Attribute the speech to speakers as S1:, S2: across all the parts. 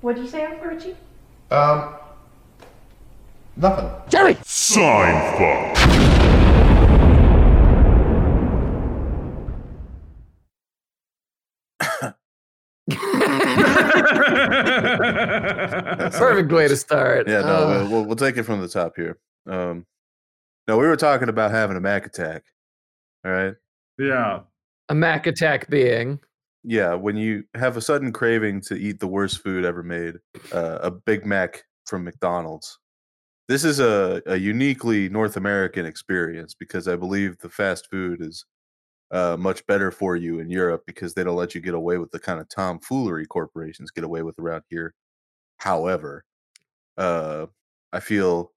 S1: What do you say, Uncle Richie?
S2: Um, nothing.
S3: Sign fuck.
S4: Perfect way to start.
S5: Yeah, no,
S4: Uh,
S5: we'll- we'll, we'll take it from the top here. Um, no, we were talking about having a Mac attack. All right.
S3: yeah.
S4: a Mac attack being.
S5: Yeah, when you have a sudden craving to eat the worst food ever made, uh, a Big Mac from McDonald's. This is a, a uniquely North American experience because I believe the fast food is uh, much better for you in Europe because they don't let you get away with the kind of tomfoolery corporations get away with around here. However, uh, I feel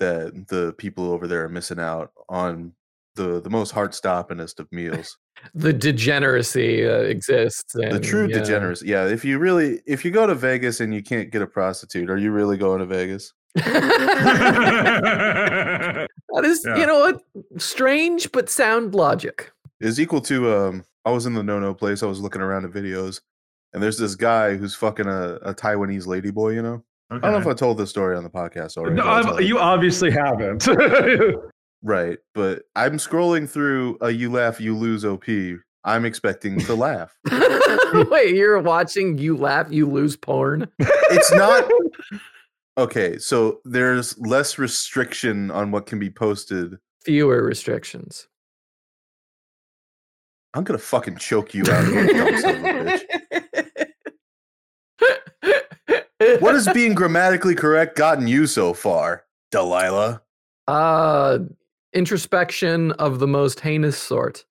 S5: that the people over there are missing out on the the most heart stoppingest of meals
S4: The degeneracy uh, exists.
S5: the
S4: and,
S5: true
S4: yeah.
S5: degeneracy. Yeah, if you really if you go to Vegas and you can't get a prostitute, are you really going to Vegas?
S4: that is,
S3: Yeah.
S4: you know what? Strange but sound logic.
S5: Is equal to um I was in the no no place, I was looking around at videos, and there's this guy who's fucking a, a Taiwanese ladyboy, you know? I don't know if I told this story on the podcast already.
S3: No,
S5: but I'll
S3: I've-
S5: tell it.
S3: you obviously haven't.
S5: right, but I'm scrolling through a you laugh, you lose OP. I'm expecting to laugh.
S4: Wait, you're watching you laugh, you lose porn.
S5: It's not Okay, so there's less restriction on what can be posted.
S4: Fewer restrictions.
S5: I'm gonna fucking choke you out here, dumb son of a bitch. What has being grammatically correct gotten you so far, Delilah?
S4: uh introspection of the most heinous sort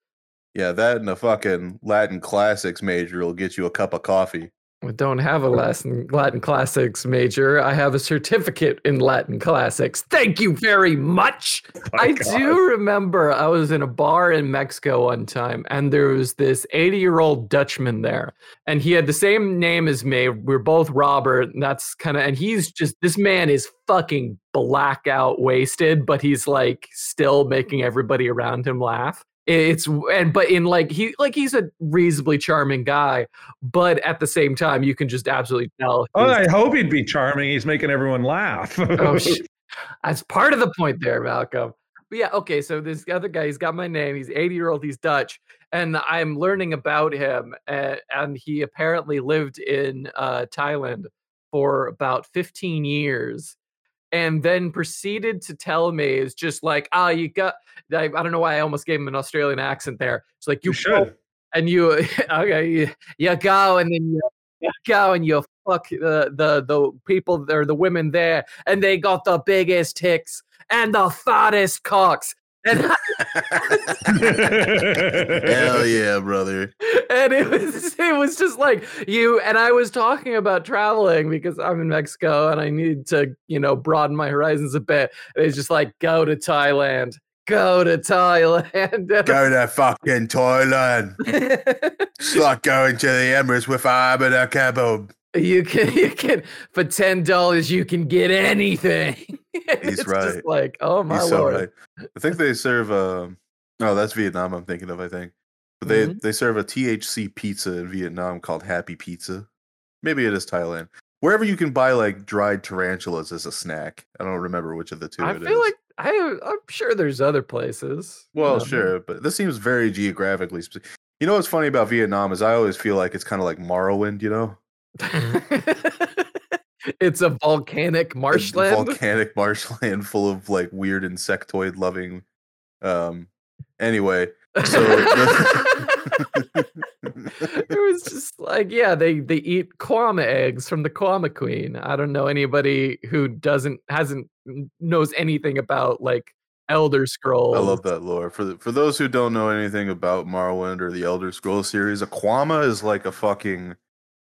S5: Yeah, that and a fucking Latin classics major will get you a cup of coffee.
S4: i don't have a latin latin classics major i have a certificate in latin classics thank you very much i do remember i was in a bar in mexico one time and there was this 80 year old dutchman there and he had the same name as me we're both robert and that's kind of and he's just this man is fucking blackout wasted but he's like still making everybody around him laugh it's and but in like he like he's a reasonably charming guy but at the same time you can just absolutely tell
S3: Oh,
S4: he's-
S3: I hope he'd be charming. He's making everyone laugh.
S4: oh, sh- that's part of the point there, Malcolm. But yeah, okay. So this other guy, he's got my name. He's 80 year old. He's Dutch, and I'm learning about him. And, and he apparently lived in uh, Thailand for about 15 years, and then proceeded to tell me it's just like, ah, you got. I, I don't know why I almost gave him an Australian accent there. It's like you,
S3: you
S4: go
S3: should.
S4: and you okay you, you go and then you, you go and you fuck the the the people there the women there and they got the biggest ticks and the fattest cocks and
S5: Hell yeah, brother.
S4: and it was it was just like you and I was talking about traveling because I'm in Mexico and I need to you know broaden my horizons a bit and it's just like go to Thailand go to Thailand
S5: Go to fucking Thailand. It's like going to the Emirates with Abada Kebab.
S4: you can you can for ten dollars you can get anything.
S5: He's
S4: it's
S5: right.
S4: Just like oh my
S5: He's so
S4: lord,
S5: right. I think they serve um no, that's Vietnam I'm thinking of, I think. But they,
S4: Mm-hmm.
S5: they serve a THC pizza in Vietnam called Happy Pizza. Maybe it is Thailand. Wherever you can buy like dried tarantulas as a snack. I don't remember which of the two
S4: I
S5: it
S4: feel
S5: is.
S4: like I I'm sure there's other places. Um, you
S5: Well,
S4: know.
S5: sure, but this seems very geographically specific. You know what's funny about Vietnam is I always feel like it's kind of like Morrowind, you know,
S4: it's a volcanic
S5: A- a
S4: marshland.
S5: volcanic marshland full of like weird insectoid loving. Um. Anyway, so the-
S4: it was just like yeah they they eat kwama eggs from the kwama queen i don't know anybody who doesn't hasn't knows anything about like elder scrolls
S5: I love that lore. For the, for those who don't know anything about Morrowind or the Elder Scrolls series, a Quama is like a fucking.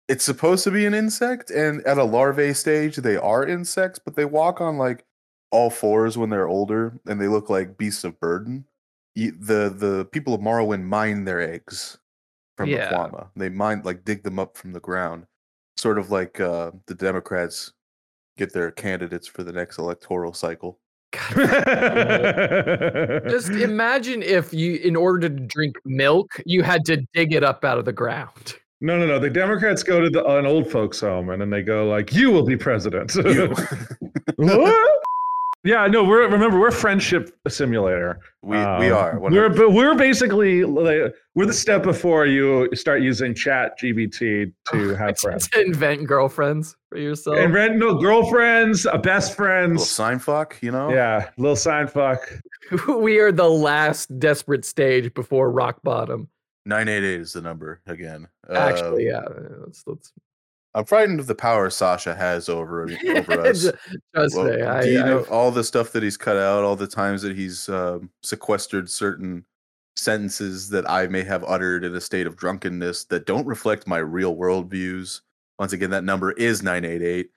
S5: It's supposed to be an insect, and at a larvae stage, they are insects, but they walk on like all fours when they're older, and they look like beasts of burden. You, the the people of Morrowind mine their eggs from
S4: Yeah.
S5: the Quama. They mine like dig them up from the ground, sort of like uh, the Democrats get their candidates for the next electoral cycle.
S4: Just imagine if you, in order to drink milk, you had to dig it up out of the ground.
S3: No, no, no. The Democrats go to the, an old folks' home and then they go like, "You will be president."
S5: You-
S3: What? yeah, no. We're remember we're friendship simulator.
S5: we we
S3: Um,
S5: are.
S3: We're but we're basically like, we're the step before you start using Chat GBT
S5: Oh,
S3: to have friends.
S4: to invent girlfriends for yourself.
S3: And rent no girlfriends, uh, best
S5: little
S3: friends.
S5: sign fuck, you know.
S3: Yeah, little sign fuck.
S4: we are the last desperate stage before rock bottom.
S5: Nine eight eight is the number again. Uh,
S4: Actually, yeah. Let's, let's,
S5: I'm frightened of the power Sasha has over over us.
S4: Ju- just
S5: Well,
S4: say, I,
S5: do you
S4: I-
S5: know all the stuff that he's cut out, all the times that he's um, sequestered certain sentences that I may have uttered in a state of drunkenness that don't reflect my real world views? Once again, that number is 988.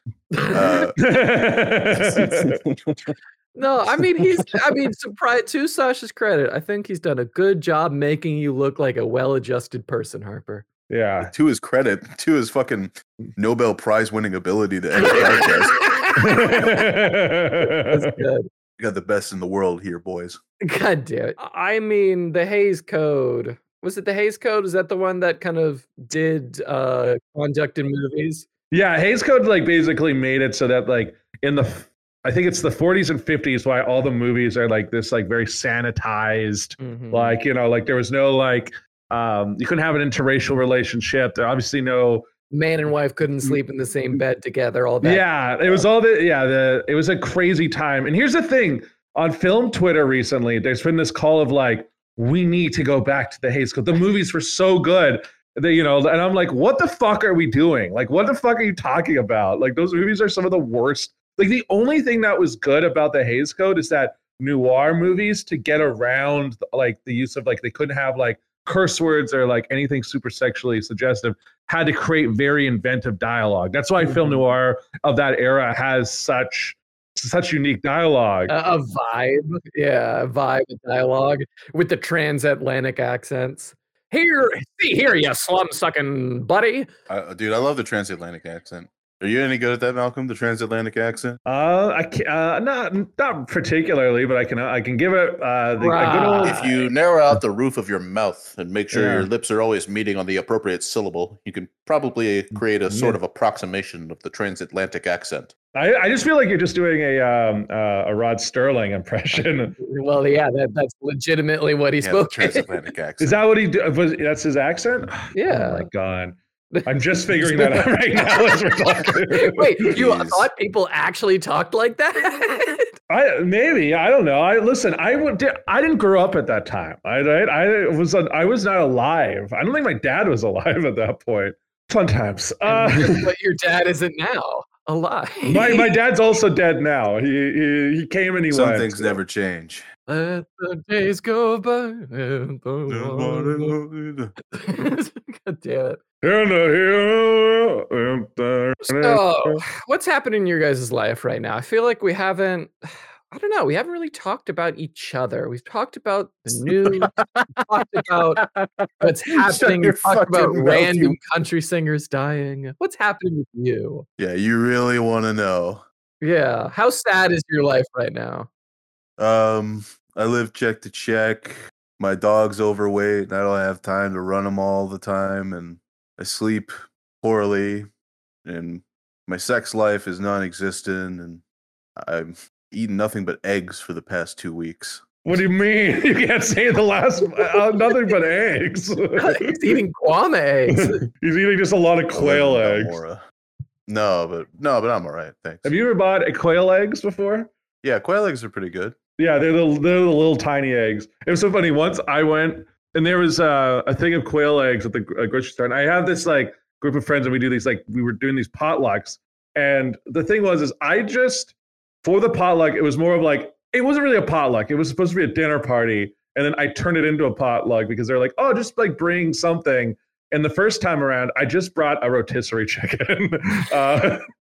S5: Uh,
S4: no, I mean he's. I mean, surprise to Sasha's credit, I think he's done a good job making you look like a well-adjusted person, Harper.
S3: yeah.
S5: to his credit, to his fucking Nobel Prize winning ability to end a podcast.
S4: That's good.
S5: You got the best in the world here, boys.
S4: God damn it. I I mean, the Hayes Code. Was it the Hayes Code? Is that the one that kind of did uh conduct in movies?
S3: yeah, Hayes Code like basically made it so that like in the f- I think it's the 40s and 50s why all the movies are like this like very sanitized
S4: Mm-hmm.
S3: like you know like there was no like um you couldn't have an interracial relationship there obviously no
S4: Man and wife couldn't sleep in the same bed together, all that.
S3: yeah it was all the yeah the it was a crazy time and here's the thing on film twitter recently there's been this call of like we need to go back to the Hayes Code the movies were so good that you know and i'm like what the fuck are we doing like what the fuck are you talking about like those movies are some of the worst like the only thing that was good about the Hayes Code is that noir movies to get around like the use of like they couldn't have like curse words or like anything super sexually suggestive had to create very inventive dialogue that's why film noir of that era has such such unique dialogue
S4: A, a vibe. Yeah, a vibe a dialogue with the transatlantic accents. Here, see here, you slum sucking buddy.
S5: Uh, dude, I love the transatlantic accent. Are you any good at that, Malcolm? The transatlantic accent?
S3: uh i can uh not not particularly but i can i can give it uh the, a good old
S5: If you narrow out the roof of your mouth and make sure your
S3: Yeah.
S5: lips are always meeting on the appropriate syllable, you can probably create a sort
S3: Yeah.
S5: of approximation of the transatlantic accent.
S3: I, I just feel like you're just doing a um uh, a rod sterling impression
S4: Well, yeah, that, that's legitimately what he
S5: Yeah, the
S4: spoke.
S5: transatlantic accent.
S3: Is that what he do? Was, that's his accent? Oh
S4: Yeah.
S3: my god! I'm just figuring that out right now as we're talking.
S4: Wait, you
S5: Jeez.
S4: thought people actually talked like that?
S3: I maybe I don't know. I listen. I would. di- I didn't grow up at that time. I I, I was I was not alive. I don't think my dad was alive at that point. Fun times.
S4: And
S3: Uh,
S4: guess what your dad isn't now alive.
S3: my my dad's also dead now. He he, he came and he
S5: Some
S3: went.
S5: things never change.
S4: Let the days go by. And the
S5: That's
S4: water- God damn it.
S3: In the
S4: So,
S3: hill-
S4: what's happening in your guys' life right now? I feel like we haven't. I don't know. We haven't really talked about each other. We've talked about the news. we've talked about what's
S5: Shut
S4: happening.
S5: your
S4: We've talked about
S5: fucking mouth, you-
S4: random country singers dying. What's happening with you?
S5: Yeah, you really want to know.
S4: Yeah. How sad is your life right now?
S5: Um, I live check to check. My dog's overweight, and I don't have time to run him all the time. And I sleep poorly, and my sex life is non-existent. And I've eaten nothing but eggs for the past two weeks.
S3: What do you mean? You can't say the last uh, nothing but eggs.
S4: He's eating guam eggs.
S3: He's eating just a lot of
S5: I live
S3: quail
S5: in
S3: eggs.
S5: Belmora. No, but no, but I'm all right. Thanks.
S3: Have you ever bought uh, quail eggs before?
S5: yeah, quail eggs are pretty good.
S3: Yeah, they're the they're the little tiny eggs. It was so funny. Once I went and there was uh, a thing of quail eggs at the gr- uh, grocery store, and I have this like group of friends, and we do these like we were doing these potlucks, and the thing was is I just for the potluck it was more of like it wasn't really a potluck. It was supposed to be a dinner party, and then I turned it into a potluck because they're like, oh, just like bring something. And the first time around, I just brought a rotisserie chicken. uh,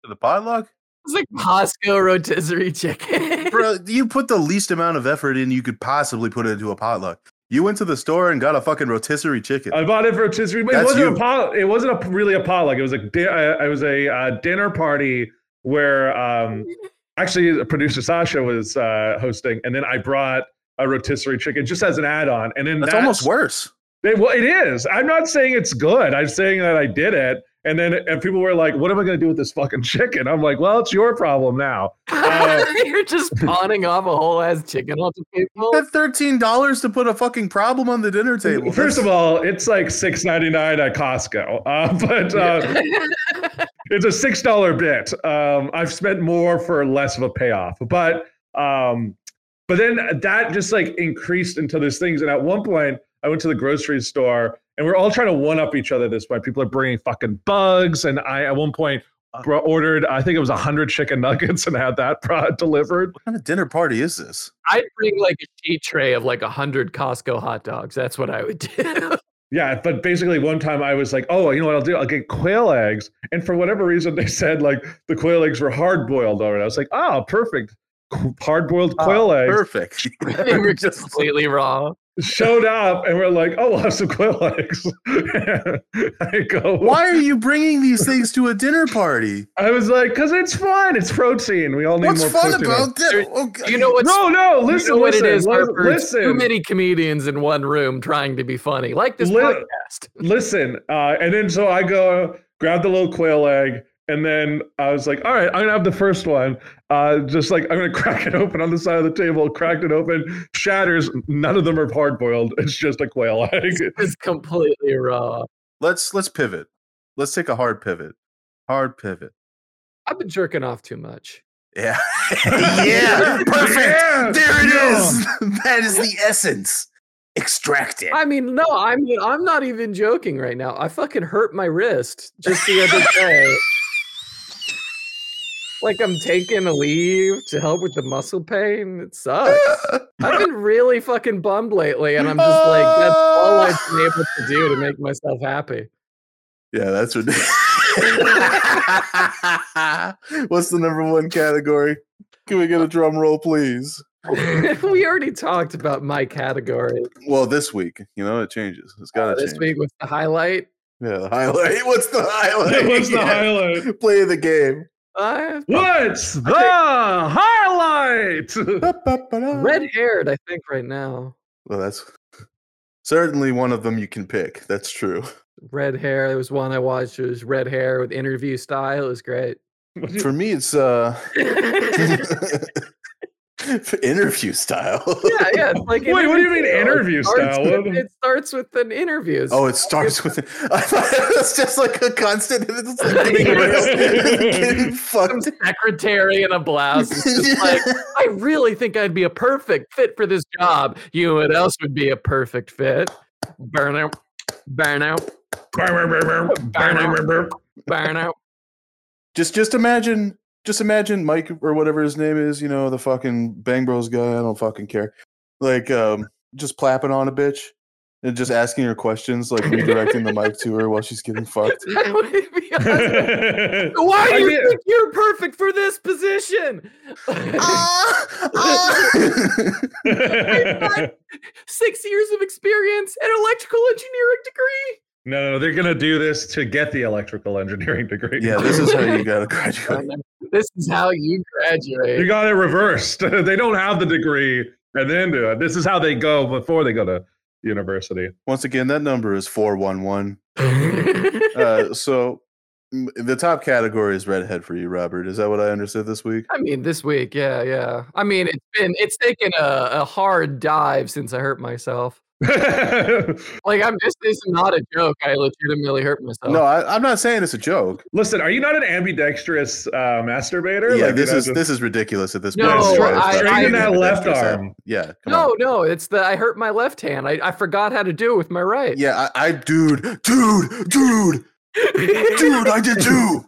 S5: The potluck,
S4: It's like Costco rotisserie chicken.
S5: bro. You put the least amount of effort in you could possibly put into a potluck. You went to the store and got a fucking rotisserie chicken.
S3: I bought it for rotisserie. But it
S5: That's
S3: wasn't
S5: you.
S3: a pot, It wasn't a really a potluck. It was a di- uh, it was a uh, dinner party where um, actually producer Sasha was uh, hosting, and then I brought a rotisserie chicken just as an add-on, and then
S5: That's almost worse.
S3: It, well, it is. I'm not saying it's good. I'm saying that I did it. And then and people were like, what am I going to do with this fucking chicken? I'm like, well, it's your problem now. Uh,
S4: You're just pawning off a whole ass chicken off the people.
S2: That thirteen dollars to put a fucking problem on the dinner table.
S3: First of all, it's like six ninety nine at Costco, uh, but uh, it's a six dollar bit. Um, I've spent more for less of a payoff, but um, but then that just like increased into those things. And at one point, I went to the grocery store, and we're all trying to one up each other. At this point, people are bringing fucking bugs, and I at one point bro- ordered I think it was hundred chicken nuggets and had that pro- delivered.
S2: what kind of dinner party is this?
S4: I'd bring like a sheet tray of like a hundred Costco hot dogs. That's what I would do.
S3: Yeah, but basically one time I was like, oh, you know what I'll do? I'll get quail eggs. And for whatever reason, they said like the quail eggs were hard boiled already. I was like, oh, perfect. Hard boiled
S2: Ah,
S3: quail eggs
S2: Perfect.
S4: they were
S2: Just-
S4: completely wrong.
S3: showed up and we're like, oh, we'll have some quail eggs. I go,
S2: Why are you bringing these things to a dinner party?
S3: I was like, because it's fun. It's protein. We all need
S2: What's
S3: more
S2: fun
S3: protein.
S2: about Oh, this?
S4: You know what's
S3: no, no,
S4: you
S3: listen,
S4: know what
S3: listen,
S4: it is,
S3: listen,
S4: Harper? It's Too
S3: listen.
S4: many comedians in one room trying to be funny, like this
S3: Lit-
S4: podcast.
S3: listen uh, and then so i go grab the little quail egg and then i was like all right i'm gonna have the first one uh, just like i'm gonna crack it open on the side of the table cracked it open shatters none of them are hard boiled it's just a quail egg
S4: It's completely raw.
S2: Let's let's pivot. Let's take a hard pivot. Hard pivot.
S4: I've been jerking off too much.
S2: Yeah. yeah. Perfect.
S3: Yeah!
S2: There it
S3: Yeah!
S2: is. That is the essence. Extract it.
S4: I mean, no, I'm I'm not even joking right now. I fucking hurt my wrist just the other day. like I'm taking a leave to help with the muscle pain. It sucks. I've been really fucking bummed lately, and I'm just like, that's all I've been able to do to make myself happy.
S2: Yeah, that's what. What's the number one category? Can we get a drum roll, please?
S4: we already talked about my category
S2: Well, this week, you know, it changes. It's
S3: Oh,
S2: got to
S4: this
S2: change.
S4: week with the highlight.
S2: Yeah, the highlight. What's the highlight?
S3: what's the
S2: Yeah.
S3: highlight
S2: Play the game.
S4: Uh,
S3: what's
S2: Oh,
S3: the highlight
S2: Ba-ba-ba-da.
S4: red haired, I think, right now.
S2: Well, that's certainly one of them you can pick. That's true.
S4: Red hair. There was one I watched. It was red hair with interview style. It was great.
S2: For me, it's uh,
S4: yeah,
S2: interview style.
S4: yeah. It's like uh,
S3: Wait, what do you mean interview
S4: It starts
S3: style?
S4: with-
S3: What-
S4: it starts with an interview.
S2: Oh, it starts with. I thought it was just like a constant. It's like getting,
S3: Yeah.
S2: getting
S4: some
S2: fucked.
S4: secretary in a blouse. It's just like, I really think I'd be a perfect fit for this job. You know what else would be a perfect fit? Burnout. Burnout. Burnout.
S2: just, just imagine, just imagine Mike or whatever his name is. You know, the fucking Bang Bros guy. I don't fucking care. Like, um, just plapping on a bitch and just asking her questions, like redirecting the mic to her while she's getting fucked.
S4: That would be awesome. Why do
S3: I
S4: you
S3: did-
S4: think you're perfect for this position? Six years of experience, an electrical engineering degree.
S3: no no they're gonna do this to get the electrical engineering degree
S2: yeah, this is how you gotta graduate.
S4: This is how you
S3: You
S4: graduate.
S3: got it reversed. they don't have the degree and then do it. This is how they go before they go to university.
S2: Once again, that number is four one one. Uh, so m- the top category is redhead for you, Robert. Is that what I understood this week?
S4: I mean, this week, yeah, yeah. I mean, it's been it's taken a, a hard dive since I hurt myself. Like, I'm just this is not a joke. I legitimately hurt myself.
S2: No, I, I'm not saying it's a joke.
S3: Listen, are you not an ambidextrous uh, masturbator?
S2: Yeah,
S3: Like,
S2: this
S3: you know,
S2: is
S3: just-
S2: this is ridiculous at this
S4: No,
S2: point. It's not- it's
S4: I-
S2: not
S4: I-
S2: being
S3: That left
S2: ambidextrous.
S3: arm.
S2: Yeah. come on.
S4: no, no. It's the I hurt my left hand. I, I forgot how to do it with my right.
S2: Yeah, I, I dude, dude, dude, dude, I did too.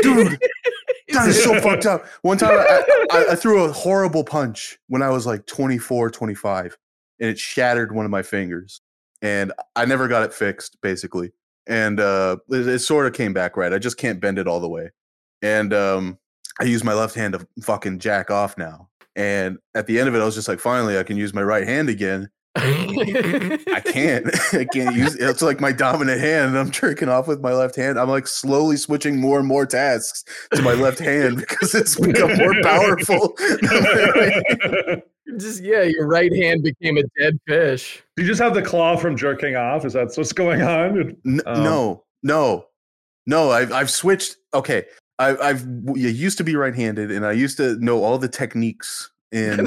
S2: Dude, that is so fucked up. One time I, I, I threw a horrible punch when I was like 24, 25, and it shattered one of my fingers. And I never got it fixed, basically. And uh, it, it sort of came back right. I just can't bend it all the way. And um, I use my left hand to fucking jack off now. And at the end of it, I was just like, finally, I can use my right hand again. I can't. I can't use it's like my dominant hand. and I'm jerking off with my left hand. I'm like slowly switching more and more tasks to my left hand because it's become more powerful.
S4: Just yeah, your right hand became a dead fish.
S3: You just have the claw from jerking off. Is that what's going on?
S5: N-
S3: Um,
S5: no, no, no. I've I've switched. Okay, I, I've you used to be right-handed, and I used to know all the techniques and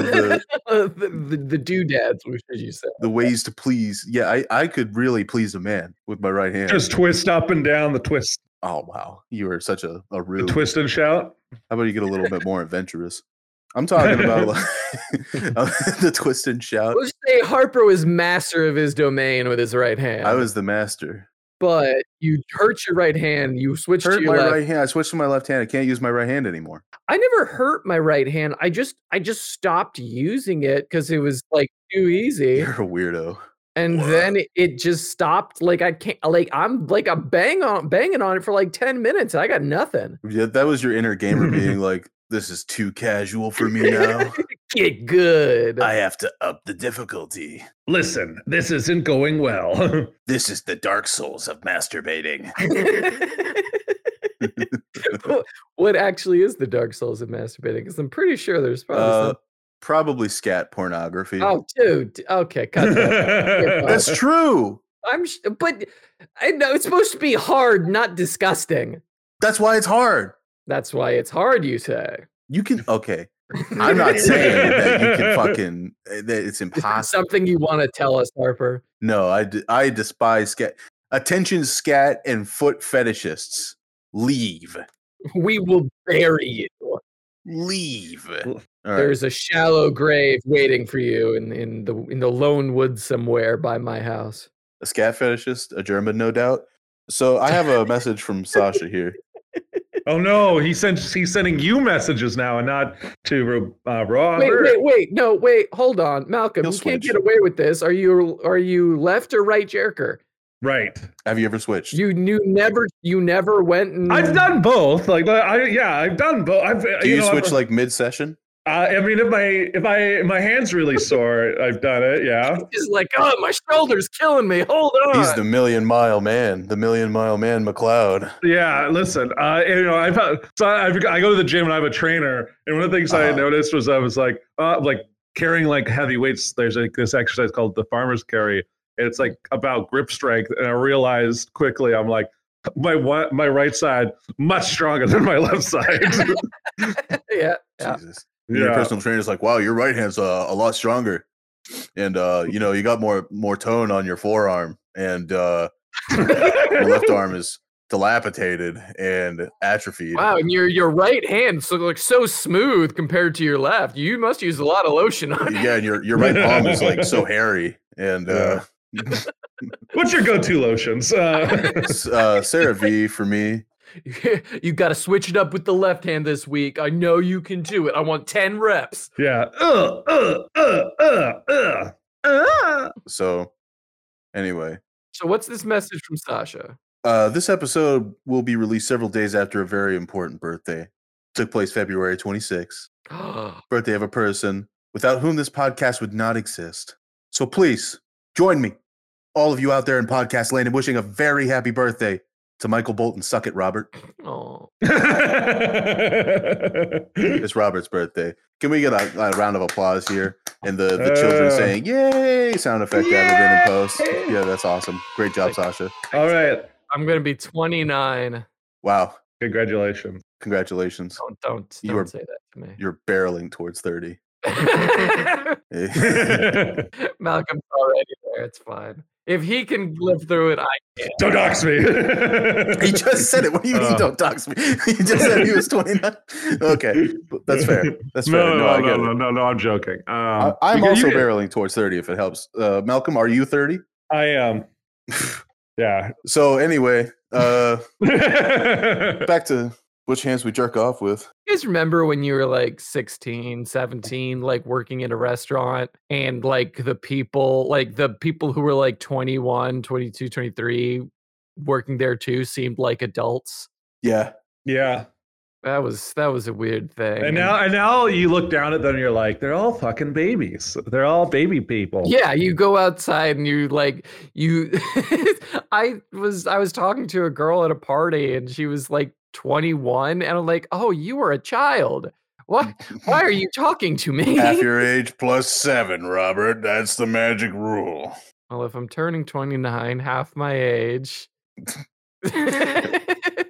S5: the,
S4: Uh, the, the, the doodads, which as you said.
S5: the ways to please. Yeah, I, I could really please a man with my right hand.
S3: Just twist up and down the twist,
S5: oh wow, you are such a a
S3: the
S5: rude.
S3: twist and shout.
S5: How about you get a little bit more adventurous? I'm talking about like, the twist and shout.
S4: Let's say Harper was master of his domain with his right hand.
S5: I was the master.
S4: but you hurt your right hand. You switched to
S5: Hurt
S4: your
S5: my
S4: left.
S5: right hand. I switched to my left hand. I can't use my right hand anymore.
S4: I never hurt my right hand. I just I just stopped using it because it was like too easy.
S5: You're a weirdo.
S4: And then it just stopped. Like I can't like I'm like I'm bang on banging on it for like 10 minutes. And I got nothing.
S5: Yeah, that was your inner gamer being like, "This is too casual for me now.
S4: Get good.
S5: I have to up the difficulty.
S3: Listen, this isn't going well.
S5: This is the Dark Souls of masturbating."
S4: But what actually is the Dark Souls of masturbating? Because I'm pretty sure there's probably
S5: Uh,
S4: some-
S5: probably scat pornography.
S4: Oh, dude. Okay, cut that.
S5: That's true.
S4: I'm, sh- but I know it's supposed to be hard, not disgusting.
S5: That's why it's hard.
S4: That's why it's hard, you say.
S5: You can okay. I'm not saying that you can fucking eh, that it's
S4: Is there
S5: impossible.
S4: something you want to tell us, Harper.
S5: No, I d- I despise scat. Attention, scat and foot fetishists. Leave.
S4: We will bury you.
S5: Leave.
S3: Well,
S5: All right.
S4: There's a shallow grave waiting for you in, in the in the lone woods somewhere by my house.
S5: a scat fetishist, a German, no doubt. So I have a message from Sasha here.
S3: oh no, he sent he's sending you messages now and not to uh, Robert.
S4: Wait, wait, wait! No, wait! Hold on, Malcolm.
S5: He'll
S4: you can't
S5: switch.
S4: get away with this. Are you are you left or right jerker?
S3: Right.
S5: Have you ever switched?
S4: You knew never. You never went and
S3: I've done both. Like I yeah, I've done both. I've,
S5: Do you,
S3: know,
S5: switch
S3: I've-
S5: like mid session?
S3: Uh, I mean, if my if I if my hands really sore, I've done it. Yeah.
S4: He's like, oh, my shoulder's killing me. Hold on.
S5: He's the million mile man, the million mile man McLeod.
S3: Yeah, listen. Uh, you know, I've had, so I, I've, I go to the gym and I have a trainer, and one of the things I had
S5: Uh-huh.
S3: noticed was I was like, uh, like carrying like heavy weights. There's like this exercise called the farmer's carry, and it's like about grip strength. And I realized quickly, I'm like, my one, my right side much stronger than my left side.
S4: yeah. Yeah.
S5: Jesus. And Your
S3: yeah,
S5: personal trainer's like, wow, your right hand's uh, a lot stronger. And, uh, you know, you got more more tone on your forearm. And uh, your left arm is dilapidated and atrophied.
S4: Wow, and your your right hand so looks so smooth compared to your left. You must use a lot of lotion on it.
S5: Yeah, and your, your right palm is like so hairy. And uh,
S3: what's your go-to lotions? Uh,
S5: s- uh, Sarah V for me.
S4: you got to switch it up with the left hand this week. I know you can do it. I want ten reps.
S3: yeah. Uh, uh, uh, uh, uh, uh.
S5: So, anyway.
S4: So what's this message from Sasha?
S5: Uh, this episode will be released several days after a very important birthday. Took place February 26th. Birthday of a person without whom this podcast would not exist. So please join me, all of you out there in podcast land, in wishing a very happy birthday to Michael Bolton. Suck it, Robert.
S4: oh,
S5: It's Robert's birthday. Can we get a, a round of applause here? And the, the children
S3: Uh.
S5: saying "Yay!" sound effect added in post.
S3: Yay!
S5: Yeah, that's awesome. Great job, Sasha.
S3: All right.
S4: I'm gonna be 29.
S5: Wow,
S3: Congratulations.
S5: congratulations.
S4: Don't don't,
S5: You
S4: don't
S5: are-
S4: say that to me.
S5: You're barreling towards 30.
S3: Don't
S4: Malcolm's already there. It's fine. If he can live through it, I
S3: dox me.
S5: He just said it. What do you mean?
S3: Uh.
S5: don't dox me. He just said he was 29. Okay, but that's fair. That's fair.
S3: No,
S5: No,
S3: no,
S5: I
S3: no,
S5: get
S3: no,
S5: it.
S3: no, no, I'm joking. Um,
S5: I, I'm
S3: you-
S5: also
S3: you-
S5: barreling towards 30 if it helps. Uh, Malcolm, are you 30?
S3: I am. Yeah.
S5: So anyway, uh,
S3: yeah.
S5: back to which hands we jerk off with.
S4: You guys remember when you were like 16, 17, like working in a restaurant and like the people, like the people who were like 21, 22, 23 working there too seemed like adults.
S5: Yeah.
S4: That was that was a weird thing.
S3: And now, and now you look down at them and you're like, they're all fucking babies. They're all baby people.
S4: yeah, you go outside and you like you I was I was talking to a girl at a party and she was like 21 and I'm like, "Oh, you were a child." What? Why are you talking to me?
S2: Half your age plus seven, Robert. That's the magic rule.
S4: Well, if I'm turning 29, half my age. so
S2: Twenty
S4: I could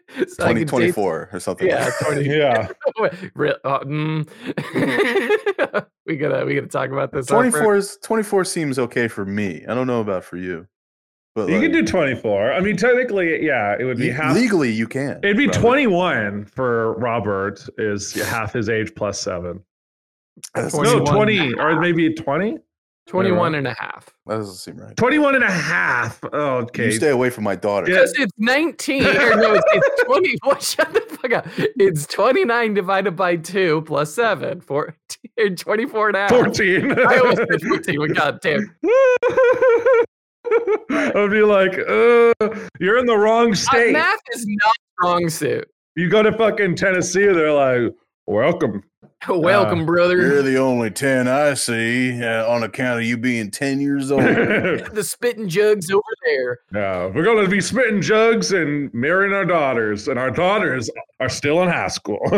S4: date-
S2: twenty four or something.
S4: Yeah,
S2: like that.
S4: 20
S3: Yeah.
S4: Re- uh, mm. we gotta we gotta talk about this.
S2: 24 is 24 seems okay for me. I don't know about for you. But
S3: You
S2: like,
S3: can do 24. I mean, technically, yeah, it would be
S2: le-
S3: half.
S2: legally you can.
S3: It'd be
S2: Robert.
S3: 21 for Robert, is half his age plus seven.
S2: That's-
S3: No,
S4: 21.
S3: 20, or maybe 20?
S4: 21 and a half.
S2: That doesn't seem right.
S3: 21 and a half. Oh, okay.
S2: You stay away from my daughter.
S3: Yeah.
S4: Because it's 19. Or no, it's, it's 20. What? Shut the fuck up. It's 29 divided by 2 plus 7. 14, 24 and a half.
S3: 14.
S4: I always said 14. Well, God damn.
S3: I'd be like, uh, you're in the wrong
S4: Uh,
S3: state.
S4: math is not wrong suit.
S3: you go to fucking Tennessee, they're like, welcome.
S4: Welcome, brother.
S2: You're the only 10 I see uh, on account of you being 10 years old.
S3: yeah,
S4: The spitting jugs over there.
S3: we're going to be spitting jugs and marrying our daughters, and our daughters are still in high school.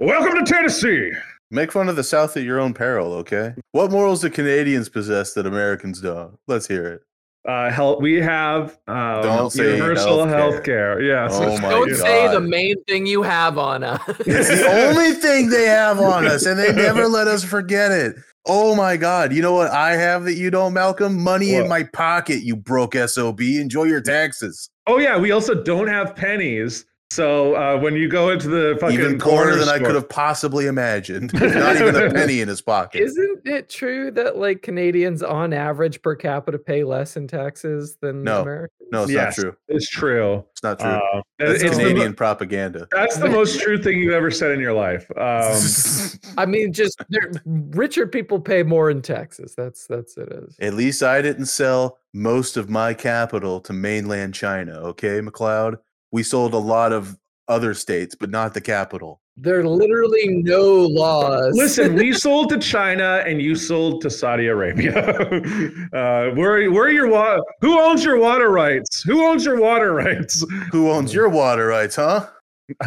S3: welcome to Tennessee.
S2: Make fun of the South at your own peril, okay? What morals do Canadians possess that Americans don't? Let's hear it.
S3: Uh, health, we have um,
S2: Don't say
S3: universal health
S2: healthcare.
S3: care. Yes.
S2: Oh my
S4: Don't say the
S2: God.
S4: main thing you have on uh, us.
S2: It's the only thing they have on us, and they never let us forget it. Oh my God. You know what I have that you don't, Malcolm? Money in
S3: What?
S2: my pocket, you broke SOB. Enjoy your taxes.
S3: Oh yeah, we also don't have pennies. So uh, when you go into the fucking
S2: even poorer
S3: corner
S2: than I
S3: store-
S2: could have possibly imagined. Not even a penny in his pocket.
S4: Isn't it true that like Canadians on average per capita pay less in taxes than
S2: No.
S4: Americans?
S2: no, it's
S3: Yes.
S2: not true.
S3: It's true.
S2: It's not true.
S3: Uh,
S2: That's
S3: it's the mo-
S2: Canadian propaganda.
S3: that's the most true thing you've ever said in your life. Um,
S4: I mean, just they're- richer people pay more in taxes. That's that's it is.
S2: At least I didn't sell most of my capital to mainland China, okay, McLeod? We sold a lot of other states, but not the capital.
S4: There are literally no laws.
S3: listen, we sold to China and you sold to Saudi Arabia. uh, where where are your water? Who owns your water rights? Who owns your water rights?
S2: Who owns your water rights, huh?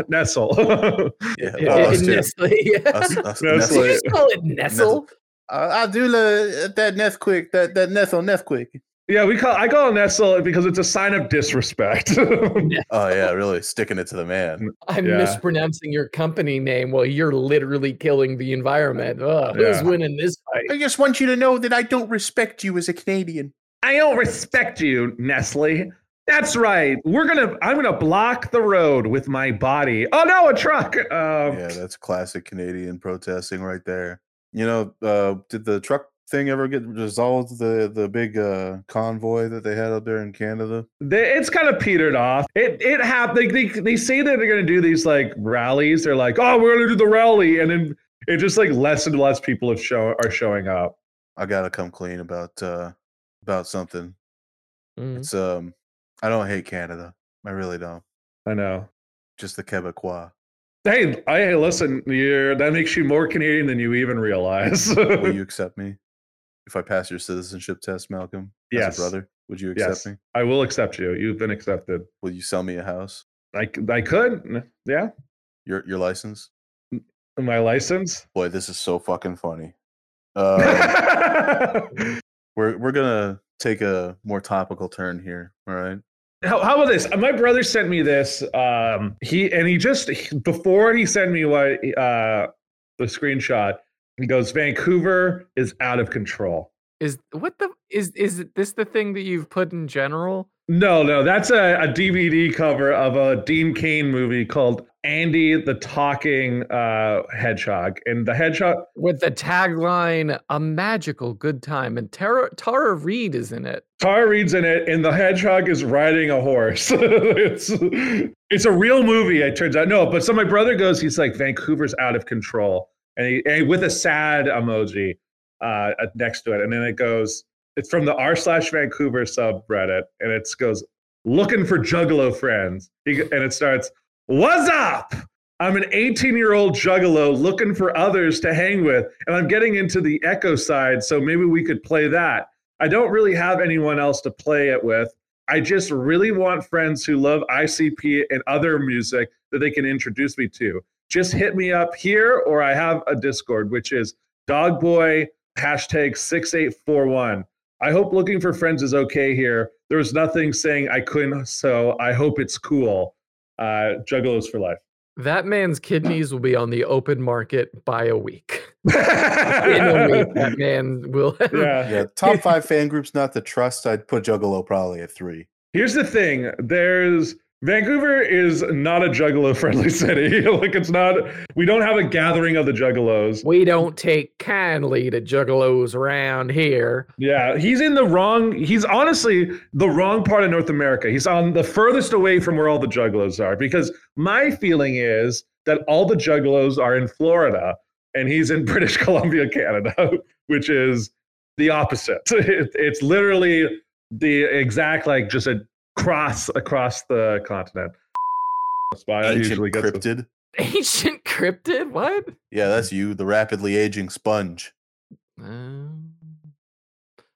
S3: Nestle.
S2: Yeah,
S4: in,
S2: well,
S4: in
S2: us too.
S4: Nestle, yeah.
S2: Us- us-
S3: That's
S4: Did you
S2: Nestle.
S4: just call it Nestle?
S2: Uh, I'll do the, uh, that Neth quick, that, that Neth on Neth quick.
S3: yeah, we call I call it Nestle because it's a sign of disrespect.
S2: Oh, yeah, really sticking it to the man.
S4: I'm
S3: Yeah.
S4: mispronouncing your company name while you're literally killing the environment. Ugh, who's
S3: Yeah.
S4: winning this fight?
S2: I just want you to know that I don't respect you as a Canadian.
S3: I don't respect you, Nestle. That's right. We're gonna. I'm gonna block the road with my body. Oh no, a truck. Um,
S2: Yeah, that's classic Canadian protesting right there. You know, uh, did the truck thing ever get resolved? The the big uh, convoy that they had out there in Canada.
S3: they- it's kind of petered off. It it happened. They, they they say that they're gonna do these like rallies. They're like, oh, we're gonna do the rally, and then it just like less and less people have show are showing up.
S2: I gotta come clean about uh, about something.
S3: Mm-hmm.
S4: Mm.
S2: It's um, I don't hate Canada. I really don't.
S3: I know.
S2: Just the Quebecois.
S3: Hey, I hey, listen. You're that makes you more Canadian than you even realize.
S2: Will you accept me if I pass your citizenship test, Malcolm? as a
S3: Yes.
S2: brother. Would you accept
S3: yes,
S2: me?
S3: I will accept you. You've been accepted.
S2: Will you sell me a house?
S3: I c- I could. Yeah,
S2: Your your license?
S3: my license.
S2: Boy, this is so fucking funny. Uh,
S3: Um,
S2: we're we're gonna take a more topical turn here. All right.
S3: how, how about this? Uh, My brother sent me this. Um, he and he just he- before he sent me what uh, the screenshot. He goes, Vancouver is out of control.
S4: Is what the is is this the thing that you've put in general?
S3: No, no, that's a, a DVD cover of a Dean Kane movie called Andy the Talking uh, Hedgehog, and the hedgehog.
S4: with the tagline "A magical good time," and Tara Tara Reid is in it.
S3: Tara Reid's in it, and the hedgehog is riding a horse. it's, it's a real movie, it turns out. No, but so my brother goes, he's like, Vancouver's out of control. And, he, and with a sad emoji uh, at- next to it. And then it goes, it's from the r slash Vancouver subreddit. And it goes, looking for juggalo friends. He, g- and it starts, what's up? I'm an 18 year old juggalo looking for others to hang with. And I'm getting into the echo side. So maybe we could play that. I don't really have anyone else to play it with. I just really want friends who love ICP and other music that they can introduce me to. just hit me up here or I have a Discord, which is dogboy hashtag 6841. I hope looking for friends is okay here. There was nothing saying I couldn't, so I hope it's cool. Uh, juggalos for life.
S4: That man's kidneys will be on the open market by a week. In a week, that man will.
S3: yeah.
S2: Yeah, top five fan groups not to trust. I'd put Juggalo probably at three.
S3: Here's the thing. There's Vancouver is not a juggalo friendly city. like it's not we don't have a gathering of the juggalos.
S4: We don't take kindly to juggalos around here.
S3: Yeah, he's in the wrong he's honestly the wrong part of North America. He's on the furthest away from where all the juggalos are because my feeling is that all the juggalos are in Florida and he's in British Columbia, Canada, which is the opposite. It- it's literally the exact like just a cross across the continent. That's why I
S2: Ancient
S3: usually get
S2: cryptid.
S4: Ancient cryptid? What?
S2: Yeah,
S3: Mm.
S2: that's you, the rapidly aging sponge.
S4: Um,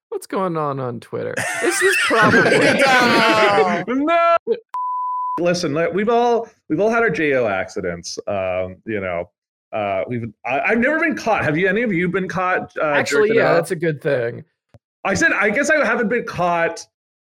S4: what's going on on Twitter? This is probably.
S2: No!
S3: no. Listen, like, we've all we've all had our JO accidents. Um, you know, uh, we've I, I've never been caught. Have you? Any of you been caught? Uh,
S4: Actually,
S3: jerking
S4: yeah,
S3: off?
S4: that's a good thing.
S3: I said I guess I haven't been caught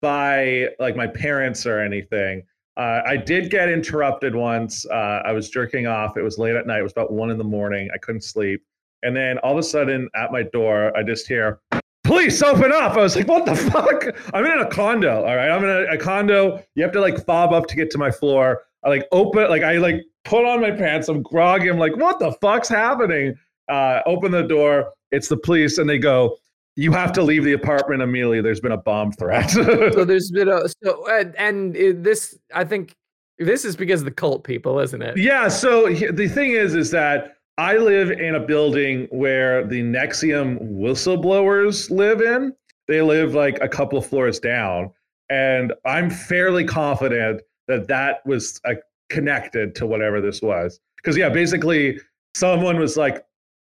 S3: by like my parents or anything. Uh, I did get interrupted once. Uh, I was jerking off. It was late at night. It was about one in the morning. I couldn't sleep. And then all of a sudden, at my door, I just hear, "Police, open up!" I was like, "What the fuck?" I'm in a condo. All right, I'm in a, a condo. You have to like fob up to get to my floor. I like open, like I like put on my pants. I'm groggy. I'm like, "What the fuck's happening?" Uh, open the door. It's the police, and they go, you have to leave the apartment immediately. There's been a bomb threat.
S4: So there's been a so and, and it- this I think this is because of the cult people, isn't it?
S3: yeah. So he- the thing is, is that I live in a building where the Nexium whistleblowers live in. They live like a couple of floors down, and I'm fairly confident that that was uh, connected to whatever this was. Because yeah, basically, someone was like,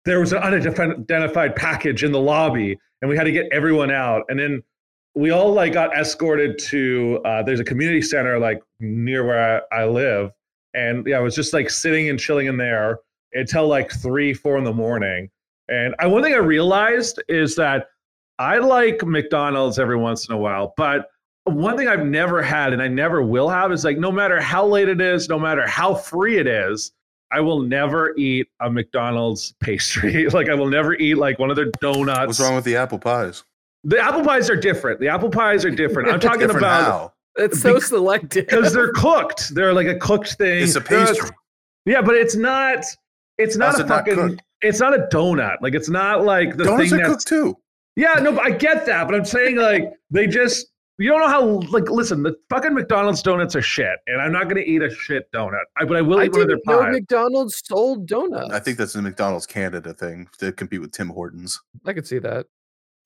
S3: there was an unidentified package in the lobby, and we had to get everyone out, and then we all like got escorted to uh, there's a community center like near where I, I live and yeah i was just like sitting and chilling in there until like three four in the morning and I, one thing i realized is that i like mcdonald's every once in a while but one thing i've never had and i never will have is like no matter how late it is no matter how free it is i will never eat a mcdonald's pastry like i will never eat like one of their donuts
S2: What's wrong with the apple pies?
S3: the apple pies are different. The apple pies are different. I'm talking
S2: Different
S3: about
S2: how?
S4: It's so
S3: Bec-
S4: selective.
S3: because they're cooked. They're like a cooked thing.
S2: It's a
S3: They're-
S2: pastry.
S3: Yeah, but it's not. It's not
S2: How's
S3: a
S2: it not
S3: fucking.
S2: cooked?
S3: it's not a donut. Like it's not like the
S2: Donuts
S3: thing
S2: are
S3: that's.
S2: cooked too.
S3: Yeah, no, but I get that, but I'm saying like they just. You don't know how. Like, listen, the fucking McDonald's donuts are shit, and I'm not gonna eat a shit donut. I, but I will
S4: I
S3: eat one of their
S4: didn't know
S3: pies.
S4: McDonald's sold donuts.
S2: I think that's a McDonald's Canada thing to compete with Tim Hortons.
S4: I could see that.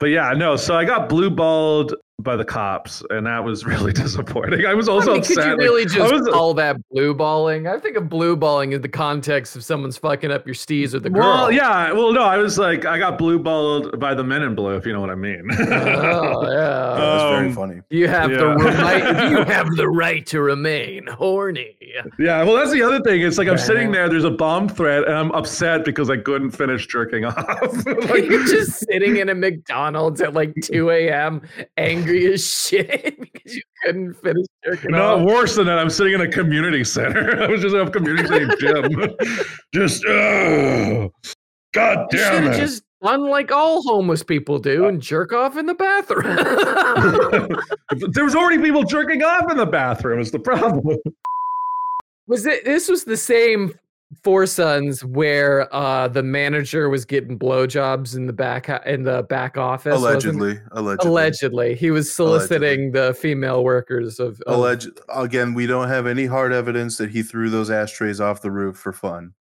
S3: But yeah, no. So I got blue balled by the cops, and that was really disappointing. I was also
S4: I mean,
S3: upset.
S4: could you
S3: like,
S4: really just
S3: I was,
S4: call that blue balling? I think of blue balling in the context of someone's fucking up your steez or the girl.
S3: Well, yeah. Well, no, I was like, I got blue balled by the men in blue, if you know what I mean.
S4: Oh, yeah.
S2: Yeah, that's Uh, very
S3: Um,
S2: funny.
S4: You have the
S3: Yeah.
S4: right. You have the right to remain horny.
S3: yeah. Well, that's the other thing. It's like I'm sitting
S4: Yeah.
S3: there. There's a bomb threat, and I'm upset because I couldn't finish jerking off. Like,
S4: You're just sitting in a McDonald's at like 2 a.m. angry as shit because you couldn't finish jerking
S3: no,
S4: off.
S3: worse than that. I'm sitting in a community center. I was just in a community center gym. just, oh, god
S4: You should
S3: damn
S4: have
S3: it. Uh
S4: just done like all homeless people do and jerk off in the bathroom.
S3: there was already people jerking off in the bathroom. Is the problem?
S4: was it? This was the same Four Sons where uh, the manager was getting blowjobs in the back ho- in the back office. wasn't it?
S2: Allegedly, allegedly,
S4: Allegedly, he was soliciting the female workers of.
S3: oh.
S4: of-
S2: Alleged. Again, we don't have any hard evidence that he threw those ashtrays off the roof for fun.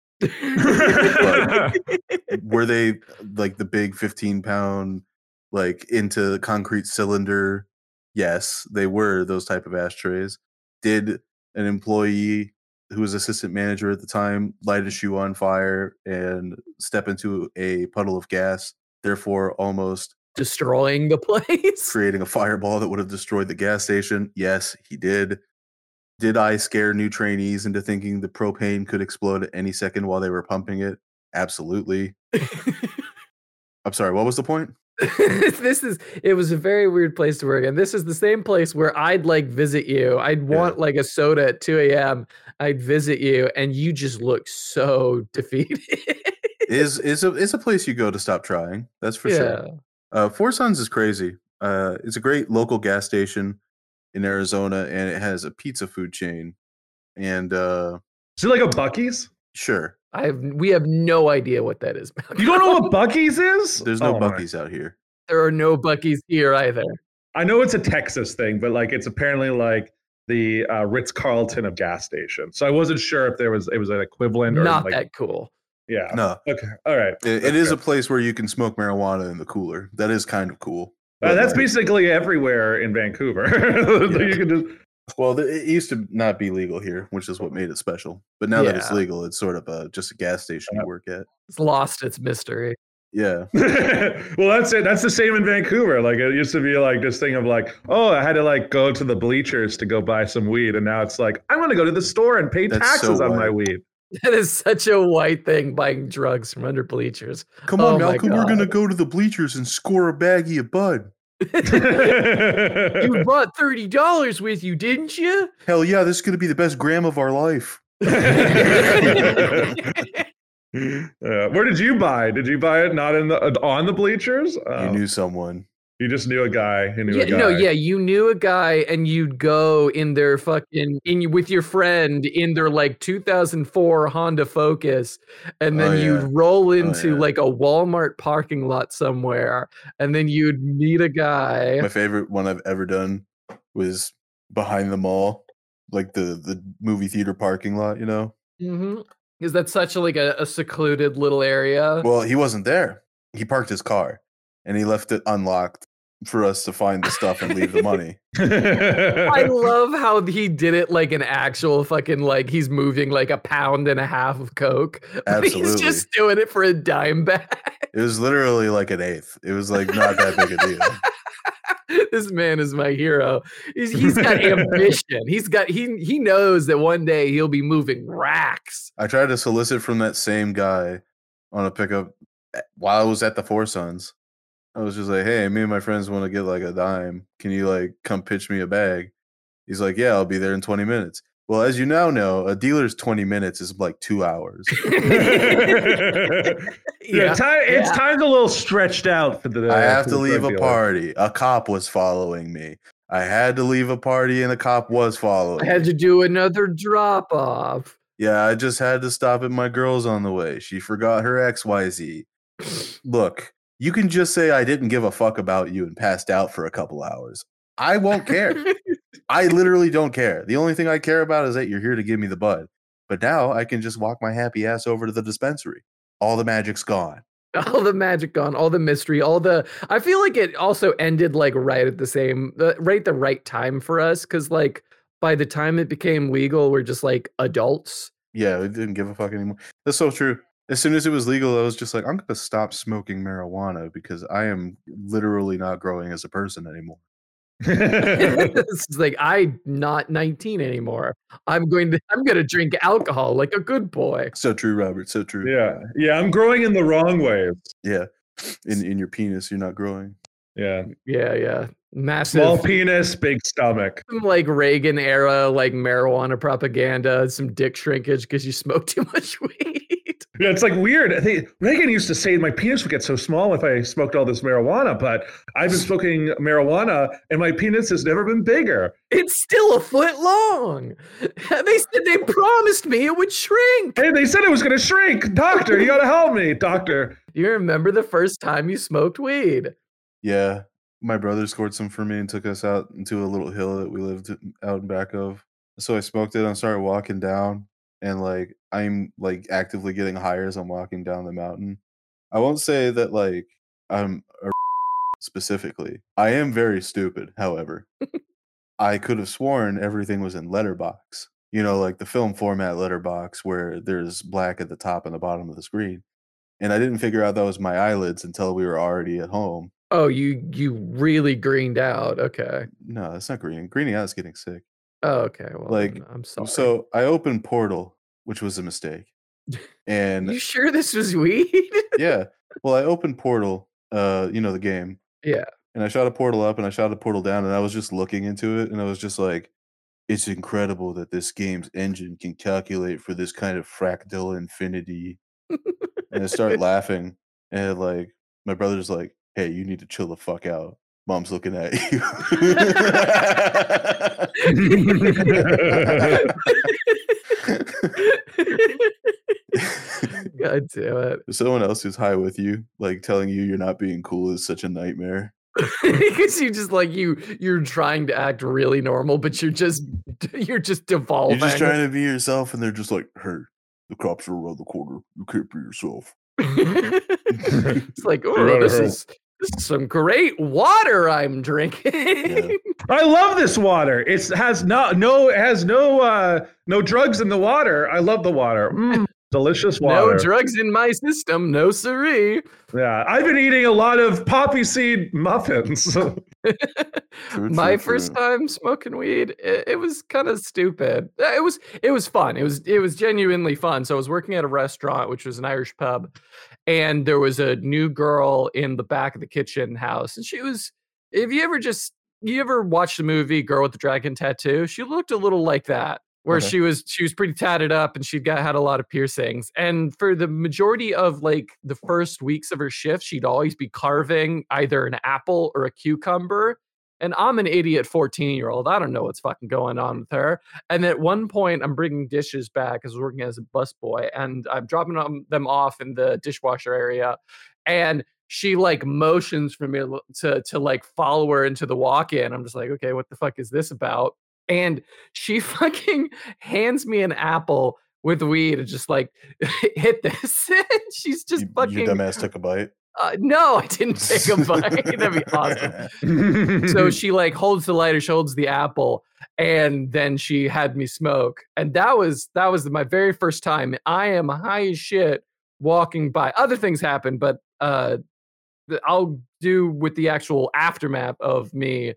S2: Were they like the big fifteen pound, like into the concrete cylinder? Yes, they were those type of ashtrays. Did an employee who was assistant manager at the time light a shoe on fire and step into a puddle of gas, therefore almost
S4: destroying the place.
S2: creating a fireball that would have destroyed the gas station. Yes, he did. Did I scare new trainees into thinking the propane could explode at any second while they were pumping it? Absolutely. I'm sorry, what was the point?
S4: this is it was a very weird place to work and this is the same place where i'd like visit you i'd want like a soda at 2 a.m i'd visit you and you just look so defeated
S2: Is is a is a place you go to stop trying. That's for sure. Uh, Four Sons is crazy. Uh, it's a great local gas station in Arizona, and it has a pizza food chain. And uh,
S3: Is it like a Bucky's?
S2: sure,
S4: i have we have no idea what that is Malcolm.
S3: You don't know what Bucky's is?
S2: there's no
S3: Oh my-
S2: Bucky's out here.
S4: there are no buckies here either
S3: I know it's a Texas thing, but like it's apparently like the uh, Ritz Carlton of gas stations. So I wasn't sure if there was it was an equivalent or
S4: not
S3: like
S4: that cool
S3: yeah.
S2: No,
S3: Okay. All right. Uh,
S2: it, it is a place where you can smoke marijuana in the cooler. That is kind of cool.
S3: Uh,
S2: but,
S3: that's
S2: like-
S3: basically everywhere in Vancouver. you can just
S2: Well, th- it used to not be legal here, which is what made it special. But now that it's
S4: Yeah.
S2: legal, it's sort of a, just a gas station to work at.
S4: it's lost its mystery
S2: Yeah.
S3: well, that's it. That's the same in Vancouver. Like it used to be like this thing of like, oh, I had to like go to the bleachers to go buy some weed, and now it's like I'm going to go to the store and pay
S2: That's so
S3: taxes on my
S2: white.
S3: weed.
S4: that is such a white thing buying drugs from under bleachers
S2: Come
S4: Oh
S2: on,
S4: my
S2: Malcolm, we're going to
S4: God.
S2: go to the bleachers and score a baggie of Bud.
S4: you brought $30 with you didn't you
S2: Hell yeah, this is going to be the best gram of our life.
S3: Uh, where did you buy? Did you buy it not in the on the bleachers? Oh,
S2: You knew someone.
S3: you just knew a guy. who knew
S4: Yeah,
S3: a guy.
S4: no, yeah, you knew a guy, and you'd go in their fucking in with your friend in their like 2004 Honda Focus, and then
S2: Oh,
S4: you'd
S2: yeah.
S4: roll into
S2: yeah.
S4: like a Walmart parking lot somewhere, and then you'd meet a guy.
S2: My favorite one I've ever done was behind the mall, like the, the movie theater parking lot, you know?
S4: Mhm. Is that such a, like a, a secluded little area?
S2: Well, he wasn't there. He parked his car and he left it unlocked for us to find the stuff and leave the money.
S4: I love how he did it like an actual fucking like he's moving like a pound and a half of coke. but He's just doing it for a dime bag.
S2: It was literally like an eighth. It was like not that big a deal.
S4: this man is my hero. He's, he's got ambition. He's got he he knows that one day he'll be moving racks.
S2: I tried to solicit from that same guy on a pickup a- while I was at the Four Sons. I was just like, "Hey, me and my friends want to get like a dime. Can you like come pitch me a bag?" He's like, "Yeah, I'll be there in 20 minutes." Well, as you now know, a dealer's 20 minutes is like 2 hours.
S3: Yeah,
S4: yeah.
S3: ti- it's
S4: yeah.
S3: time's a little stretched out for the.
S2: I have
S3: for
S2: to
S3: the
S2: leave
S3: drug
S2: a
S3: dealer.
S2: party. A cop was following me. I had to leave a party and a cop was following.
S4: I had
S2: me.
S4: to do another drop off.
S2: Yeah, I just had to stop at my girl's on the way. She forgot her XYZ. Look, you can just say I didn't give a fuck about you and passed out for a couple hours. I won't care. I literally don't care. The only thing I care about is that you're here to give me the bud. But now I can just walk my happy ass over to the dispensary. All the magic's gone.
S4: all the magic gone, all the mystery, all the I feel like it also ended like right at the same the right the right time for us cuz like by the time it became legal we're just like adults.
S2: Yeah, I didn't give a fuck anymore. That's so true. As soon as it was legal, I was just like, I'm going to stop smoking marijuana because I am literally not growing as a person anymore.
S4: it's like I'm not 19 anymore. I'm going to I'm going to drink alcohol like a good boy.
S2: So true, Robert. So true.
S3: yeah, yeah. I'm growing in the wrong ways.
S2: Yeah. In in your penis, you're not growing.
S3: Yeah,
S4: Yeah, yeah. Massive
S3: small penis, big stomach.
S4: some, like Reagan era like marijuana propaganda, some dick shrinkage because you smoke too much weed.
S3: Yeah, it's like weird. I think Reagan used to say my penis would get so small if I smoked all this marijuana, but I've been smoking marijuana and my penis has never been bigger.
S4: It's still a foot long. They said they promised me it would shrink.
S3: Hey, they said it was going to shrink. Doctor, you got to help me, doctor.
S4: You remember the first time you smoked weed?
S2: Yeah. My brother scored some for me and took us out into a little hill that we lived out in back of. So I smoked it and I started walking down and like I'm like actively getting higher as I'm walking down the mountain. I won't say that like I'm a specifically. I am very stupid, however. I could have sworn everything was in letterbox. You know, like the film format letterbox where there's black at the top and the bottom of the screen. And I didn't figure out that was my eyelids until we were already at home.
S4: Oh, you you really greened out. Okay.
S2: No, that's not greening. Greening out is getting sick.
S4: Oh, okay. Well,
S2: Like,
S4: then I'm sorry.
S2: So I opened Portal, which was a mistake. And
S4: you sure this was weed?
S2: yeah. Well, I opened Portal, uh, you know, the game.
S4: Yeah.
S2: And I shot a portal up and I shot a portal down and I was just looking into it and I was just like, it's incredible that this game's engine can calculate for this kind of fractal infinity. and I start laughing. And like my brother's like, Hey, you need to chill the fuck out. Mom's looking at you.
S4: God damn
S2: Someone else who's high with you, like telling you you're not being cool is such a nightmare.
S4: it! Because you just like you you're trying to act really normal, but you're just you're just devolving.
S2: You're just trying to be yourself, and they're just like, "Hey, the cops are around the corner. You can't be yourself."
S4: it's like, oh,
S3: gotta
S4: this
S3: hurry.
S4: is this is some great water I'm drinking.
S3: I love this water. It has no no it has no uh no drugs in the water. I love the water. Mm, delicious water.
S4: No drugs in my system, no siree.
S3: yeah, I've been eating a lot of poppy seed muffins.
S2: True,
S4: my
S2: true,
S4: first
S2: true.
S4: time smoking weed it, it was kind of stupid Uh, it was it was fun it was it was genuinely fun so i was working at a restaurant which was an irish pub and there was a new girl in the back of the kitchen house and she was if you ever just you ever watched the movie girl with the dragon tattoo she looked a little like that where
S2: Okay.
S4: she was she was pretty tatted up and she'd got had a lot of piercings and for the majority of like the first weeks of her shift she'd always be carving either an apple or a cucumber and I'm an idiot 14 year old. I don't know what's fucking going on with her. And at one point, I'm bringing dishes back because I was working as a busboy, and I'm dropping 'em- them off in the dishwasher area, and she like motions for me to- to to like follow her into the walk-in. I'm just like, okay, what the fuck is this about? And she fucking hands me an apple with weed and just like hit this. She's just
S2: you,
S4: fucking.
S2: you dumbass took a bite.
S4: uh, no, I didn't take a bite. That'd be awesome
S3: Mm-hmm.
S4: so she like holds the lighter, she holds the apple, and then she had me smoke. And that was that was my very first time. I am high as shit walking by. Other things happen, but uh th- I'll do with the actual aftermath of me.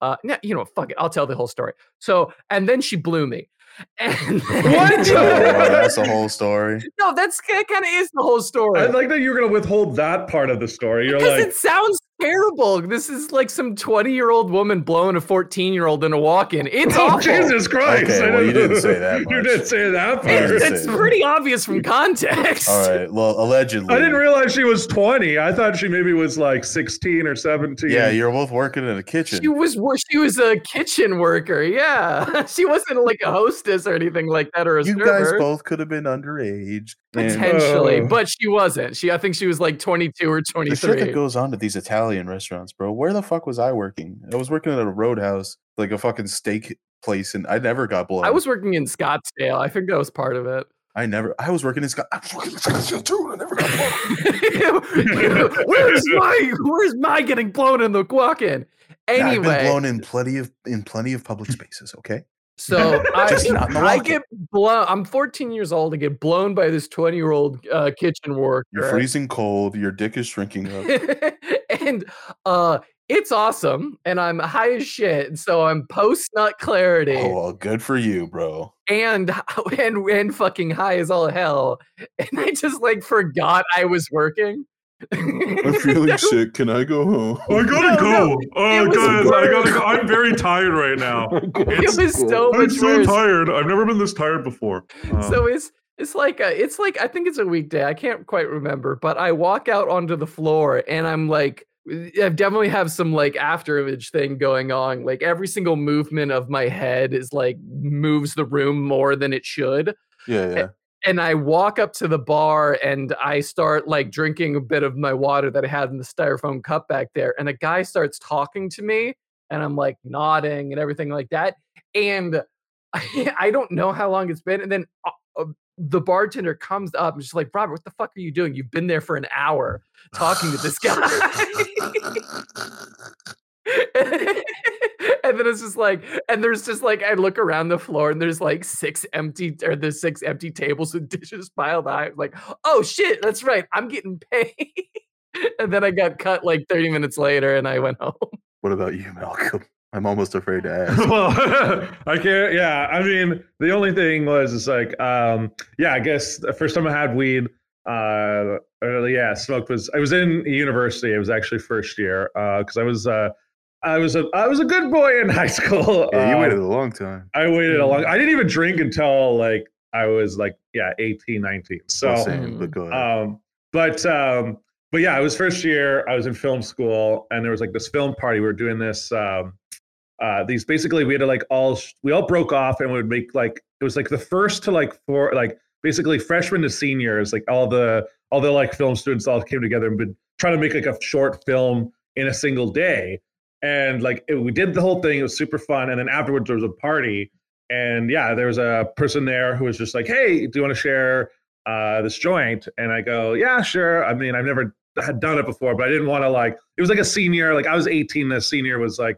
S4: Uh, no, you know, fuck it. I'll tell the whole story. So, and then she blew me. And
S3: What?
S2: oh, wow, that's the whole story.
S4: no, that's kind of is the whole story.
S3: I like that you're gonna withhold that part of the story. You're
S4: Because
S3: like
S4: it sounds terrible. This is like some 20 year old woman blowing a 14 year old in a walk in. It's
S3: Oh
S4: awful.
S3: Jesus Christ!
S2: Okay,
S3: I
S2: well, you
S3: don't-
S2: didn't say that
S3: You
S2: much.
S3: didn't say that
S2: I
S3: part.
S2: didn't
S4: It's,
S2: say
S4: it's
S2: that.
S4: pretty obvious from context.
S2: All right. Well, allegedly.
S3: I didn't realize she was 20. I thought she maybe was like 16 or 17.
S2: Yeah, you're both working in a kitchen.
S4: She was wor- she was a kitchen worker, yeah. she wasn't like a hostess or anything like that, or a
S2: you guys
S4: server.
S2: both could have been underage. And
S4: potentially,
S3: Oh.
S4: but she wasn't. She I think she was like twenty two or twenty
S2: the shit that
S4: three.
S2: goes on at these Italian restaurants, bro. Where the fuck was I working? I was working at a roadhouse, like a fucking steak place, and I never got blown.
S4: I was working in Scottsdale. I think that was part of it.
S2: I never. I was working in Scott. I was working in Scottsdale too. and I never got blown.
S4: where's my where's my getting blown in the walk-in?
S2: Now, I've been
S4: Anyway,
S2: blown in plenty of in plenty of public spaces. Okay,
S4: So I,
S2: Just not in the
S4: I
S2: locket.
S4: get blown. I'm 14 years old. I get blown by this 20 year old uh, kitchen worker.
S2: you're freezing cold. Your dick is shrinking up.
S4: and uh, it's awesome. And I'm high as shit. and So I'm post nut clarity
S2: oh well, good for you, bro.
S4: and and and fucking high as all hell. And I just like forgot I was working.
S2: I'm feeling sick. Can I go home?
S6: I gotta
S4: No,
S6: go. Uh,
S3: Oh,
S4: It was
S6: guys, I
S4: worse.
S6: gotta go. I'm very tired right now.
S4: it
S6: It's-
S4: was so
S6: I'm
S4: much
S6: so
S4: worse.
S6: tired. I've never been this tired before. Uh,
S4: so it's it's like a, it's like I think it's a weekday. I can't quite remember, but I walk out onto the floor and I'm like I definitely have some like after image thing going on. Like every single movement of my head is like moves the room more than it should.
S2: Yeah, yeah.
S4: And I walk up to the bar and I start like drinking a bit of my water that I had in the styrofoam cup back there. And a guy starts talking to me and I'm like nodding and everything like that. And I, don't know how long it's been. And then uh, uh, the bartender comes up and she's like, Robert, what the fuck are you doing? You've been there for an hour talking to this guy. and then it's just like, and there's just like, I look around the floor and there's like six empty, or there's six empty tables with dishes piled high. I'm like, oh shit, that's right. I'm getting paid. and then I got cut like 30 minutes later and I went home.
S2: What about you, Malcolm? I'm almost afraid to ask.
S3: well, I can't. Yeah, I mean, the only thing was, it's like, um, yeah, I guess the first time I had weed, uh, or, yeah, smoked was. I was in university. It was actually first year because I was, uh, I was a, I was a good boy in high school.
S2: Yeah, you
S3: Uh,
S2: waited Mm. a long time.
S3: I waited a long. I didn't even drink until like I was like yeah 18, 19. So
S2: Well, same, but go ahead.
S3: um, but um, but yeah, it was first year. I was in film school, and there was like this film party. We were doing this. Um, uh, these basically, we had to like all sh- we all broke off, and we would make like it was like the first to like four like basically freshmen to seniors. Like all the all the like film students all came together and been trying to make like a short film in a single day. And like it, we did the whole thing. It was super fun. And then afterwards, there was a party. And yeah, there was a person there who was just like, "Hey, do you want to share uh, this joint and i go yeah sure i mean i've never had done it before but i didn't want to like it was like a senior like i was 18 the senior was like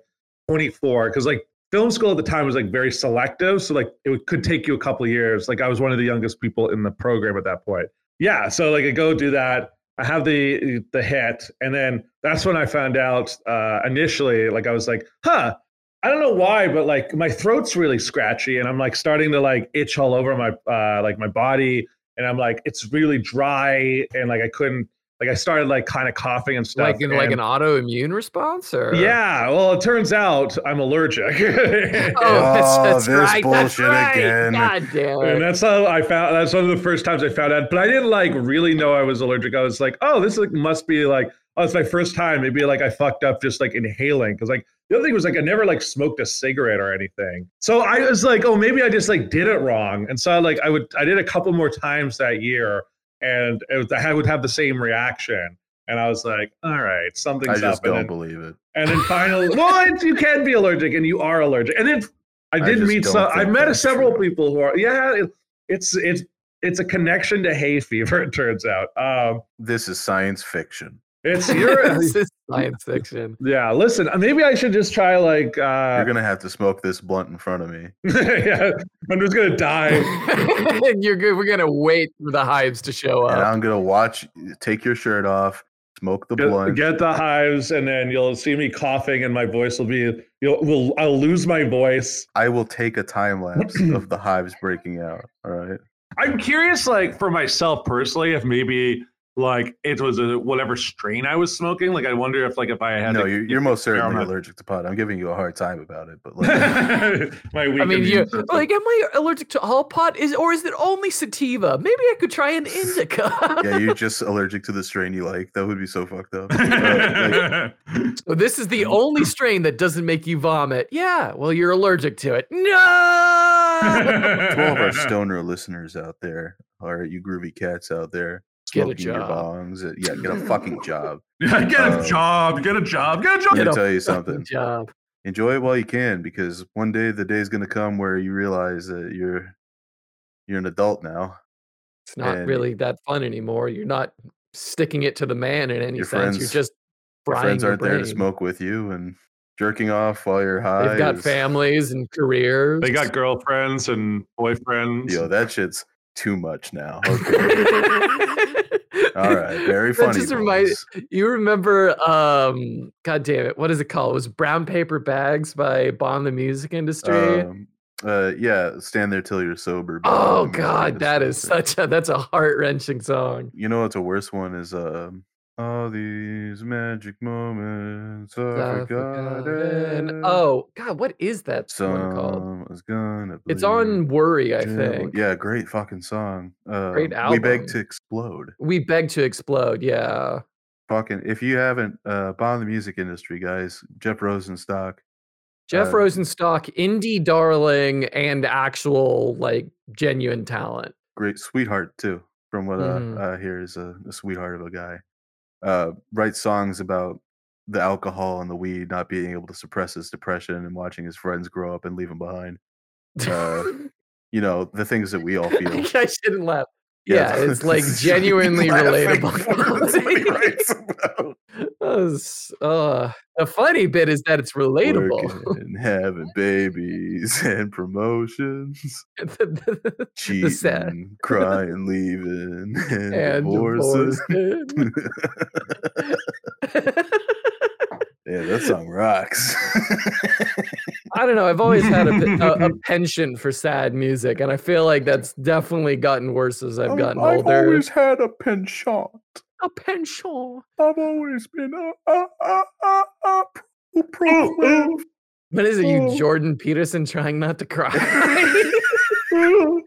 S3: 24 because like film school at the time was like very selective so like it would, could take you a couple years like i was one of the youngest people in the program at that point yeah so like i go do that i have the the hit and then that's when i found out uh initially like i was like huh I don't know why, but like my throat's really scratchy, and I'm like starting to like itch all over my uh, like my body, and I'm like it's really dry, and like I couldn't like I started like kind of coughing and stuff.
S4: Like in, like
S3: and-
S4: an autoimmune response, or
S3: yeah. Well, it turns out I'm allergic,
S4: Oh, that's,
S2: Oh,
S4: that's
S2: this
S4: right. That's
S2: bullshit
S4: right.
S2: again.
S4: God damn it.
S3: and that's how I found. That's one of the first times I found out. But I didn't like really know I was allergic. I was like, oh, this like, must be like, oh, it's my first time. Maybe like I fucked up just like inhaling because like the other thing was like I never like smoked a cigarette or anything. So I was like, oh, maybe I just like did it wrong. And so like I would I did a couple more times that year, and it was, I would have the same reaction. And I was like, all right,
S2: I
S3: something's
S2: just
S3: up.
S2: don't
S3: And then,
S2: believe it.
S3: and then finally, well, it's, you can be allergic, and you are allergic. And then I
S2: I
S3: did
S2: just
S3: meet
S2: don't
S3: some. I
S2: think
S3: met
S2: that's
S3: several
S2: true.
S3: people who are. Yeah, it, it's it's it's a connection to hay fever. It turns out. Um,
S2: This is science fiction.
S3: it's your.
S4: this is science fiction.
S3: yeah, listen. Maybe I should just try like.
S2: You're
S3: Uh,
S2: gonna have to smoke this blunt in front of me.
S3: yeah, I'm just gonna die.
S4: and you're good. We're gonna wait for the hives to show
S2: and
S4: up.
S2: I'm gonna watch. Take your shirt off. Smoke the
S3: Get,
S2: blunt.
S3: get the hives, and then you'll see me coughing, and my voice will be. You'll. Will, I'll lose my voice.
S2: I will take a time lapse of the hives breaking out. All right.
S6: I'm curious, like for myself personally, if maybe like it was a whatever strain I was smoking. Like I wonder if like if I had
S2: No,
S6: to-
S2: you're, you're most certainly
S6: experiment.
S2: allergic to pot. I'm giving you a hard time about it, but like,
S6: my weak
S4: I mean,
S6: immune
S4: you
S6: system.
S4: like, am I allergic to all pot? Is or is it only sativa? Maybe I could try an indica.
S2: yeah, you're just allergic to the strain you like. That would be so fucked up. Uh, like,
S4: So this is the only strain that doesn't make you vomit. Yeah, well, you're allergic to it. No.
S2: to all of our stoner listeners out there, all right, you groovy cats out there,
S4: Get a
S2: smoking your
S4: job.
S2: bongs. uh, Yeah, get a fucking job.
S6: get a
S2: Uh,
S6: job, get a job, get a job.
S2: Let me
S4: Get a
S2: tell you
S4: fucking
S2: something.
S4: Job.
S2: Enjoy it while you can, because one day the day's gonna come where you realize that you're you're an adult now.
S4: It's not
S2: And-
S4: really that fun anymore. You're not sticking it to the man in any
S2: Your
S4: sense.
S2: friends-
S4: you're just
S2: Your
S4: frying
S2: friends
S4: your
S2: aren't there to
S4: brain.
S2: smoke with you and jerking off while you're high.
S4: They've got
S2: is-
S4: families and careers.
S6: They got girlfriends and boyfriends.
S2: Yo, that shit's too much now. Okay.
S4: All
S2: All right, very funny.
S4: That just reminds
S2: boys.
S4: you remember um god damn it, what is it called? It was Brown Paper Bags by Bon the Music Industry.
S2: Um, uh, yeah, stand there till you're sober. by
S4: oh
S2: Bon Iver,
S4: god, that is
S2: that's-
S4: such a that's a heart-wrenching song.
S2: You know what's a worse one is um all these magic moments I
S4: I've
S2: forgot.
S4: forgotten- Oh god, what is that one called?
S2: Someone's gonna
S4: It's
S2: bleed
S4: on Worry, I
S2: till-
S4: think.
S2: Yeah, great fucking song. Uh,
S4: Great
S2: We beg
S4: album.
S2: to explode.
S4: We beg to explode, yeah.
S2: Fucking if you haven't uh bond the music industry, guys, Jeff Rosenstock.
S4: Jeff
S2: Uh,
S4: Rosenstock, indie darling, and actual like genuine talent.
S2: great sweetheart too from what
S4: Mhm.
S2: uh, I hear is a, a sweetheart of a guy uh, writes songs about the alcohol and the weed not being able to suppress his depression and watching his friends grow up and leave him behind Uh, you know the things that we all feel
S4: I shouldn't laugh. Yeah, it's like genuinely
S2: Laughing
S4: relatable
S2: for us when he
S4: quality.
S2: writes about
S4: That was- uh, the funny bit is that it's relatable.
S2: working and having babies and promotions
S4: sad-
S2: cheating crying leaving and,
S4: and
S2: divorces
S4: divorced.
S2: yeah, that song rocks.
S4: I don't know. I've always had a, pe- a, a penchant for sad music, and I feel like that's definitely gotten worse as I've gotten
S2: I've
S4: older.
S2: always had a penchant.
S4: A penchant.
S2: I've always been a a a a, a pro, pro
S6: Oh,
S4: What is it,
S2: Oh.
S4: you Jordan Peterson trying not to cry?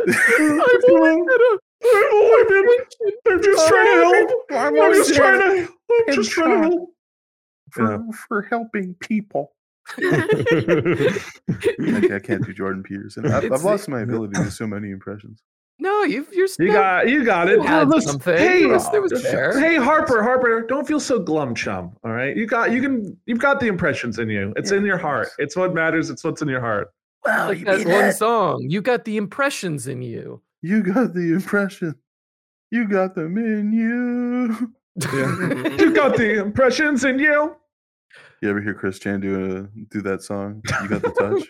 S4: I've always had a penchant.
S6: I'm just trying to help. I'm just trying to. I'm just trying to help.
S2: for, for helping people. I, I can't do Jordan Peterson. I,
S4: It's
S2: I've
S4: the-
S2: lost my ability to do so many impressions.
S4: no, you've, you're still.
S3: You got you got it.
S4: you had
S3: Oh, listen,
S4: something.
S3: Hey,
S4: It was- it was
S3: oh,
S4: there.
S3: hey Harper, Harper, don't feel so glum chum. All right. You got you can you've got the impressions in you. It's in your heart. It's what matters, it's what's in your heart.
S2: Wow,
S4: like that one song. You got the impressions in you.
S2: You got the impression. You got them in you.
S3: You got the impressions in you.
S2: You ever hear Chris Chan do a, do that song? You got the touch.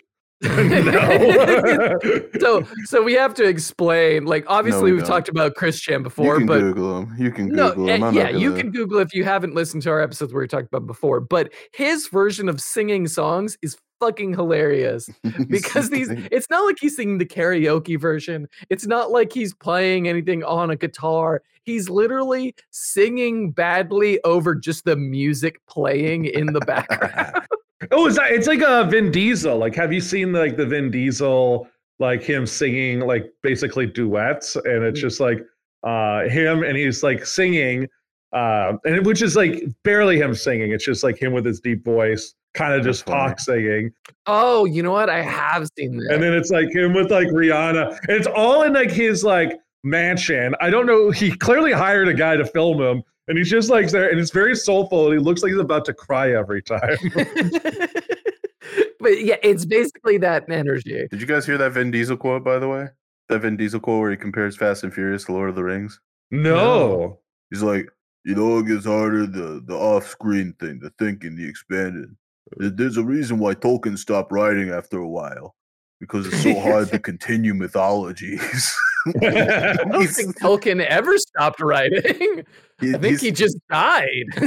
S2: Oh.
S4: so so we have to explain like obviously
S2: we
S4: we've
S2: don't.
S4: talked about chris chan
S2: you
S4: before
S2: can
S4: but
S2: Google him. You can
S4: no
S2: Google
S4: eh,
S2: him. I'm
S4: yeah
S2: not gonna,
S4: you can google if you haven't listened to our episodes where we talked about before but his version of singing songs is fucking hilarious because these it's not like he's singing the karaoke version it's not like he's playing anything on a guitar he's literally singing badly over just the music playing in the background
S3: Oh, is that? It's like a Vin Diesel. Like, have you seen like the Vin Diesel, like him singing like basically duets, and it's just like uh him and he's like singing, uh, and it- which is like barely him singing. It's just like him with his deep voice, kind of just
S2: That's funny.
S3: talk singing,
S4: oh you know what i have seen this
S3: and then it's like him with like Rihanna, and it's all in like his like mansion. I don't know. He clearly hired a guy to film him. And he's just like there, and it's very soulful, and he looks like he's about to cry every time.
S4: but yeah, it's basically that energy.
S2: Did you guys hear that Vin Diesel quote? By the way, that Vin Diesel quote where he compares Fast and Furious to Lord of the Rings.
S3: no.
S2: He's like, you know, it gets harder the the off screen thing, the thinking, the expanded. There- There's a reason why Tolkien stopped writing after a while because it's so hard to continue mythologies.
S4: I don't think Tolkien ever stopped writing.
S2: He-
S4: I think
S2: he's
S4: he just died.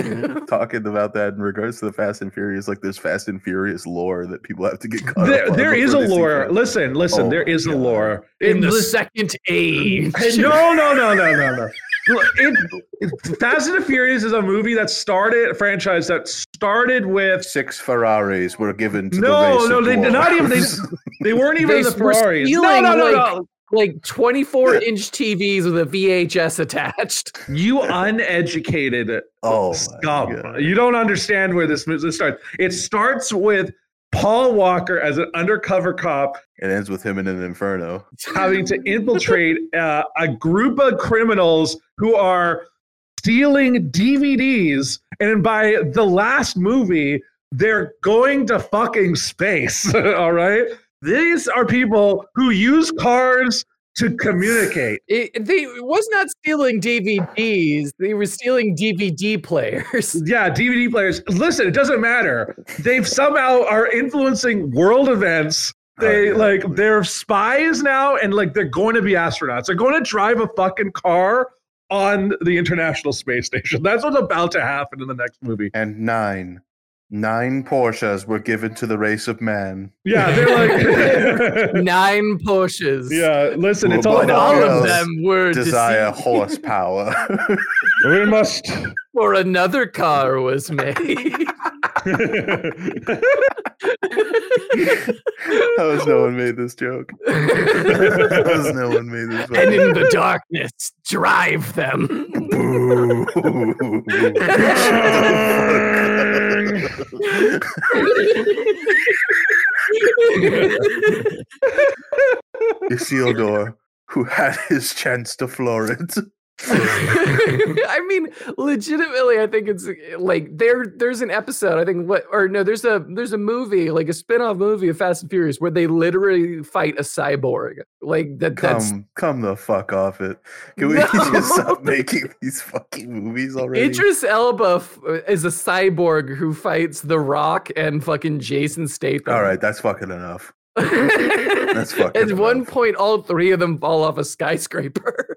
S2: talking about that in regards to the Fast and Furious. Like, there's Fast and Furious lore that people have to get caught up
S3: there,
S2: on
S3: there is a
S2: before they see
S3: lore.
S2: Fast-
S3: Listen, listen,
S2: Oh
S3: there
S2: my
S3: is a
S2: God.
S3: lore.
S4: In the
S3: this-
S4: second age.
S3: no, no, no, no, no, no. Look, it, it- Fast and the Furious is a movie that started a franchise that started with
S2: Six Ferraris were given to the
S3: No,
S2: race
S3: no,
S2: of
S3: they did not even- they-
S2: dwarves.
S3: they weren't even
S4: They
S3: in the
S4: were
S3: Ferraris. No,
S4: stealing,
S3: no, no,
S4: like-
S3: no.
S4: Like 24 inch TVs with a VHS attached.
S3: You uneducated
S2: oh, my
S3: scum.
S2: God.
S3: You don't understand where this this starts. It starts with Paul Walker as an undercover cop
S2: it ends with him in an inferno.
S3: having to infiltrate uh, a group of criminals who are stealing DVDs. And then by the last movie, they're going to fucking space. All right. These are people who use cars to communicate.
S4: It, they it was not stealing DVDs. They were stealing DVD players.
S3: Yeah, DVD players. Listen, it doesn't matter. They've somehow are influencing world events. They
S2: Oh, yeah,
S3: like
S2: please.
S3: they're spies now, and like they're going to be astronauts. They're going to drive a fucking car on the International Space Station. That's what's about to happen in the next movie.
S2: and nine. Nine Porsches were given to the race of man.
S3: Yeah, they're like,
S4: Nine Porsches.
S3: yeah. Listen, it's all
S2: Well,
S4: But all
S3: about
S2: Yes.
S4: of
S3: us.
S4: them were
S2: Desire
S4: deceived.
S2: horsepower.
S3: We must.
S4: or another car was made.
S2: How has no one made this joke? How has no one made this
S4: and
S2: joke?
S4: in the darkness, drive them.
S2: Isildur, who had his chance to flourish.
S4: I mean, legitimately, I think it's uh, like there. There's an episode, I think, what or no, there's a there's a movie, like a spin-off movie of Fast and Furious, where they literally fight a cyborg. Like that. That's
S2: Come, come the fuck off it. Can we
S4: No.
S2: just stop making these fucking movies already?
S4: Idris Elba f- is a cyborg who fights The Rock and fucking Jason Statham.
S2: All right, that's fucking enough.
S4: That's
S2: fucking
S4: At one
S2: rough.
S4: point, all three of them fall off a skyscraper,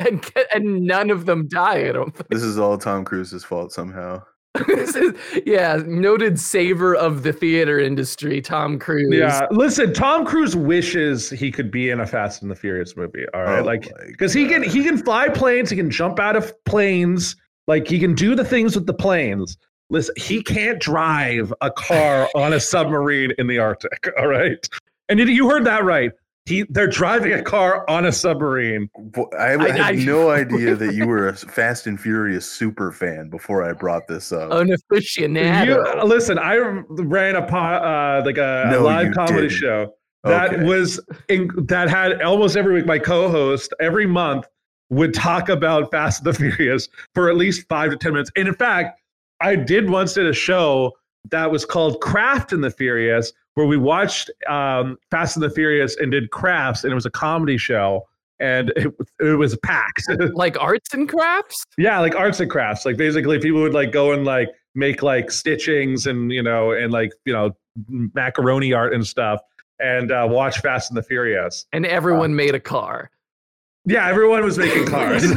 S4: and get, and none of them die. I don't.
S2: This is all Tom Cruise's fault somehow.
S4: this is, yeah, noted savior of the theater industry, Tom Cruise.
S3: Yeah, listen, Tom Cruise wishes he could be in a Fast and the Furious movie. All right,
S2: Oh
S3: like
S2: my
S3: because he can he can fly planes, he can jump out of planes, like he can do the things with the planes. Listen, he can't drive a car on a submarine in the Arctic. All right, and you- you heard that right. He they're driving a car on a submarine.
S2: Wh- I,
S4: I-
S2: I had
S4: I-
S2: no idea that you were a Fast and Furious super fan before I brought this up.
S4: An
S3: You, uh,
S4: aficionado.
S3: listen, I ran a po- uh, like a, a
S2: No,
S3: live
S2: you
S3: comedy
S2: didn't.
S3: show. that
S2: Okay.
S3: was in, that had almost every week my co-host every month would talk about fast and the furious for at least five to ten minutes and in fact i did once did a show that was called craft and the furious where we watched um, fast and the furious and did crafts and it was a comedy show and it, it was packed
S4: like arts and crafts?
S3: yeah like arts and crafts like basically people would like go and like make like stitchings and you know and like you know macaroni art and stuff and uh, watch fast and the furious
S4: And everyone made a car.
S3: Yeah, everyone was making cars.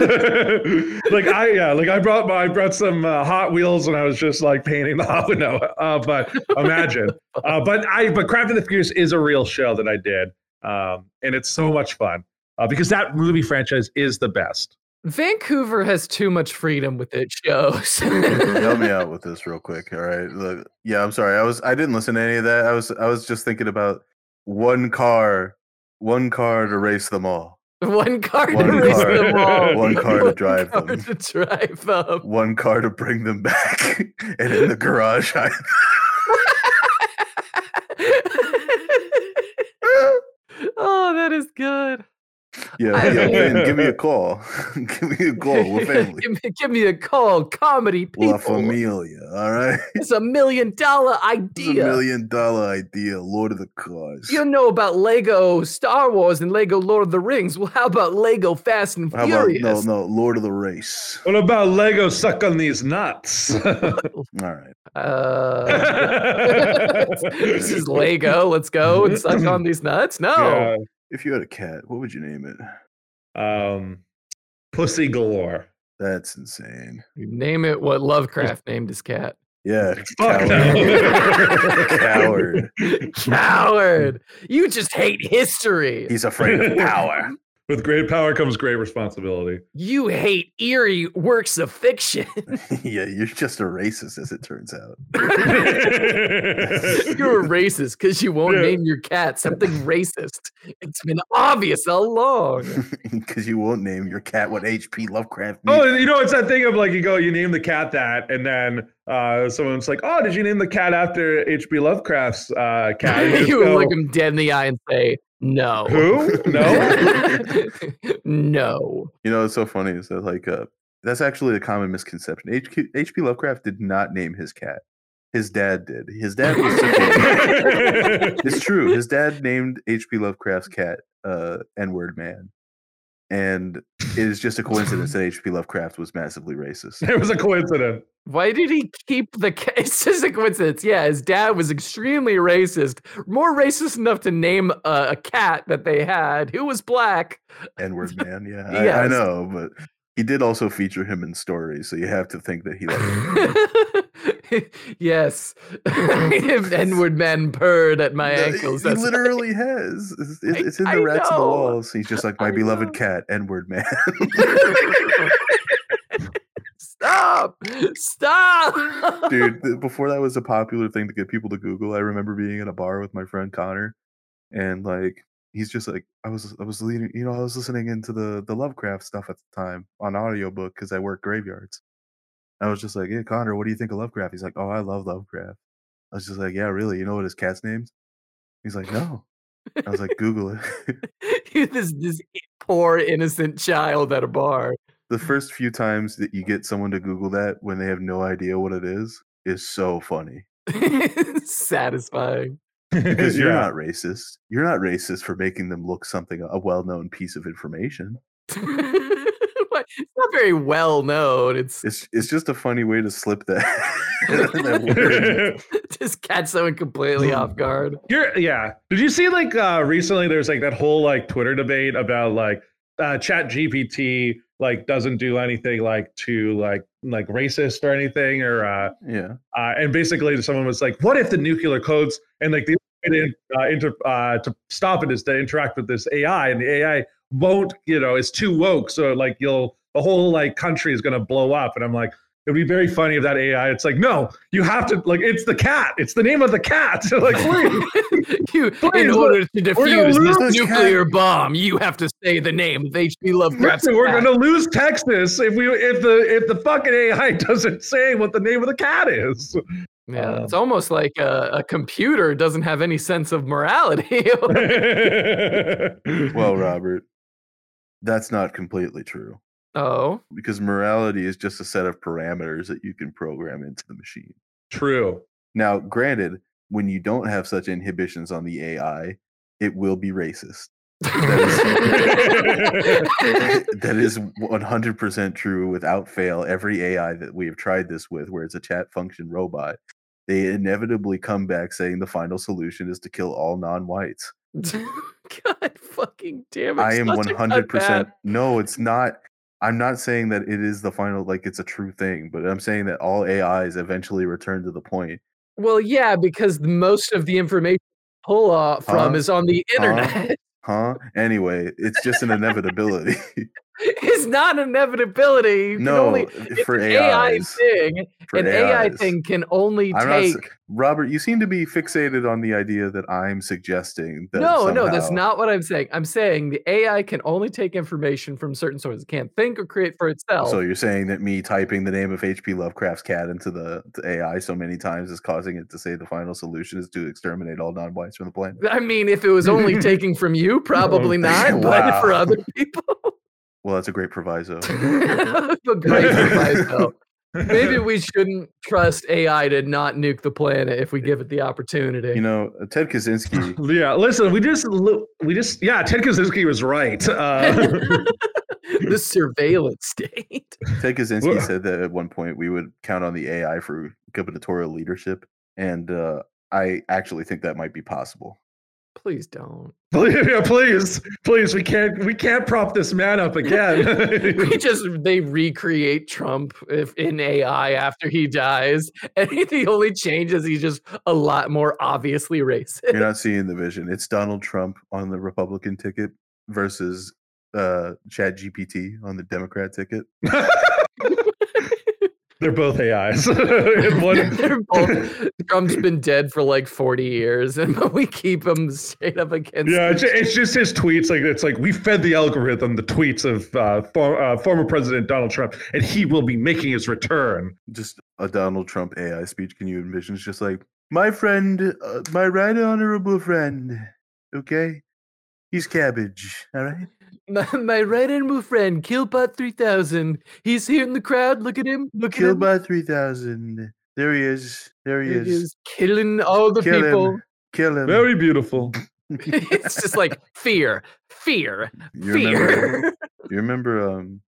S3: like I, yeah, like I brought my, I brought some uh, Hot Wheels and I was just like painting the Hot Wheels. No, uh, but imagine. uh, but I, but Craft of the Furious is a real show that I did, um, and it's so much fun uh, because that movie franchise is the best.
S4: Vancouver has too much freedom with its shows.
S2: Help me out with this real quick. All right. Look, yeah, I'm sorry. I was I didn't listen to any of that. I was I was just thinking about one car, one car to race them all,
S4: One car to
S2: One
S4: race
S2: car.
S4: them all.
S2: One car to drive
S4: car
S2: them.
S4: to drive them.
S2: one car to bring them back, and in the garage. I,
S4: oh, that is good.
S2: yeah,
S4: I
S2: yeah.
S4: mean-
S2: Vin, give me a call. give me a call. We're family.
S4: give, me, give me a call, comedy
S2: La
S4: people.
S2: familia. All right.
S4: It's a million dollar
S2: It's a
S4: idea.
S2: million dollar idea. Lord of the Cars.
S4: You know about Lego Star Wars and Lego Lord of the Rings. Well, how about Lego Fast and
S2: How about
S4: Furious?
S2: no, no, Lord of the Race.
S3: What about Lego suck on these nuts?
S2: All right.
S4: Uh, this is
S3: yeah.
S4: Lego. Let's go and suck on these nuts. No,
S2: If you had a cat, what would you name it?
S3: Um, pussy galore.
S2: That's insane.
S4: name it what Lovecraft named his cat.
S2: Yeah.
S3: Fuck
S2: coward.
S3: no.
S2: Coward.
S4: Coward! You just hate history.
S2: He's afraid of power.
S3: With great power comes great responsibility.
S4: you hate eerie works of fiction.
S2: yeah, you're just a racist, as it turns out.
S4: You're a racist because you won't
S3: Yeah.
S4: name your cat something racist. It's been obvious all along.
S2: Because you won't name your cat what H.P. Lovecraft
S3: oh,
S2: means.
S3: you know, it's that thing of like you go, you name the cat that, and then uh, someone's like, "Oh, did you name the cat after H.P. Lovecraft's uh, cat?" And you just
S4: you would
S3: go,
S4: look him dead in the eye and say, "No,
S3: Who? No.
S4: no."
S2: You know, it's so funny. Is that like uh, that's actually a common misconception. HQ H.P. Lovecraft did not name his cat. His dad did. His dad was such a it's true. His dad named H.P. Lovecraft's cat uh, N-word man, and it is just a coincidence that H.P. Lovecraft was massively racist.
S3: it was a coincidence.
S4: Why did he keep the cat? It's just a coincidence. Yeah, his dad was extremely racist, more racist enough to name a, a cat that they had who was black.
S2: N-word man, yeah, I, I
S4: Yes.
S2: know, but he did also feature him in stories, so you have to think that he like.
S4: yes, if N-word men purred at
S2: No,
S4: my
S2: he-
S4: ankles.
S2: he
S4: that's-
S2: literally has. It's, it's-
S4: I-
S2: it's in the
S4: I
S2: rats on the
S4: know.
S2: walls. He's just like my
S4: I
S2: beloved
S4: know.
S2: cat, N-word man.
S4: Stop! Stop!
S2: dude th- before that was a popular thing to get people to google i remember being in a bar with my friend connor and like he's just like i was i was leading you know i was listening into the the lovecraft stuff at the time on audiobook because i work graveyards i was just like yeah connor what do you think of lovecraft he's like oh i love lovecraft i was just like yeah really you know what his cat's name's he's like no i was like google it
S4: this this poor innocent child at a bar.
S2: the first few times that you get someone to google that when they have no idea what it is is so funny
S4: Satisfying.
S2: Because you're not racist. You're not racist for making them look something a well-known piece of information.
S4: What? it's not very well known. It's
S2: It's it's just a funny way to slip that. that word.
S4: just catch someone completely off guard.
S3: You're yeah. Did you see like uh recently there's like that whole like Twitter debate about like uh Chat GPT like doesn't do anything like to like like racist or anything or uh,
S2: Yeah.
S3: uh and basically someone was like what if the nuclear codes and like the only way to, uh, inter, uh, to stop it is to interact with this AI and the AI won't you know it's too woke so like you'll the whole like country is gonna blow up and I'm like it'd be very funny if that AI it's like no you have to like it's the cat it's the name of the cat like please
S4: you, in
S3: Please,
S4: order to
S3: we're gonna
S4: defuse this
S3: lose
S2: this
S4: nuclear bomb, you have to say the name of H.P. Lovecraft's
S3: Listen, we're
S4: cat.
S3: gonna lose Texas if we if the if the fucking AI doesn't say what the name of the cat is.
S4: Yeah,
S3: Uh,
S4: it's almost like a, a computer doesn't have any sense of morality.
S2: Well, Robert, that's not completely true
S4: oh,
S2: because morality is just a set of parameters that you can program into the machine.
S3: true.
S2: Now, granted, when you don't have such inhibitions on the AI, it will be racist. that is 100% true without fail. Every AI that we have tried this with, where it's a chat function robot, they inevitably come back saying the final solution is to kill all non whites.
S4: God fucking damn it!
S2: I am
S4: such a cutback.
S2: 100%. No, it's not. I'm not saying that it is the final, like it's a true thing, but I'm saying that all AIs eventually return to the point.
S4: Well, yeah, because most of the information you pull off from
S2: Huh?
S4: is on the
S2: Huh?
S4: internet.
S2: Huh? Anyway, it's just an inevitability.
S4: it's not an inevitability. You can
S2: no,
S4: only, it's
S2: for
S4: an AI
S2: AIs.
S4: thing,
S2: for
S4: an AI
S2: AIs.
S4: thing can only
S2: I'm not,
S4: take.
S2: s- Robert, you seem to be fixated on the idea that I'm suggesting that.
S4: No, no, that's
S2: somehow-
S4: not what I'm saying. I'm saying the AI can only take information from certain sources. It can't think or create for itself.
S2: So you're saying that me typing the name of H.P. Lovecraft's cat into the, the AI so many times is causing it to say the final solution is to exterminate all non-whites from the planet.
S4: I mean, if it was only taking from you, probably not, but for
S2: Oh, Wow.
S4: other people.
S2: Well, that's a great proviso.
S4: but great for myself. Maybe we shouldn't trust AI to not nuke the planet if we give it the opportunity.
S2: you know, uh, Ted Kaczynski.
S3: Yeah, listen, we just lo- we just yeah, Ted Kaczynski was right. Uh,
S4: the surveillance state.
S2: Ted Kaczynski
S3: Well-
S2: said that at one point we would count on the AI for gubernatorial leadership, and uh, I actually think that might be possible.
S4: Please don't.
S3: please, yeah, please, please, we can't we can't prop this man up again.
S4: We just they recreate Trump if in AI after he dies, and the only change is he's just a lot more obviously racist.
S2: You're not seeing the vision. It's Donald Trump on the Republican ticket versus uh Chad GPT on the Democrat ticket.
S3: They're both AIs. In one-
S4: They're both, Trump's been dead for like 40 years, and but we keep him straight up against.
S3: yeah,
S4: the
S3: it's, it's just his tweets. Like it's like we fed the algorithm the tweets of uh, for, uh, former President Donald Trump, and he will be making his return.
S2: Just a Donald Trump AI speech. Can you envision? It's just like my friend, uh, my right honorable friend. Okay, he's cabbage. All right.
S4: My, my right animal friend, Killbot 3000. He's here in the crowd. Look at him. Look at
S2: Killed
S4: him.
S2: by three thousand. There he is. There he,
S4: He
S2: is.
S4: is killing all the
S2: Kill
S4: people.
S2: him. Kill him.
S3: Very beautiful.
S4: it's just like fear, fear,
S2: you remember? um,
S4: fear.
S2: You remember? Um.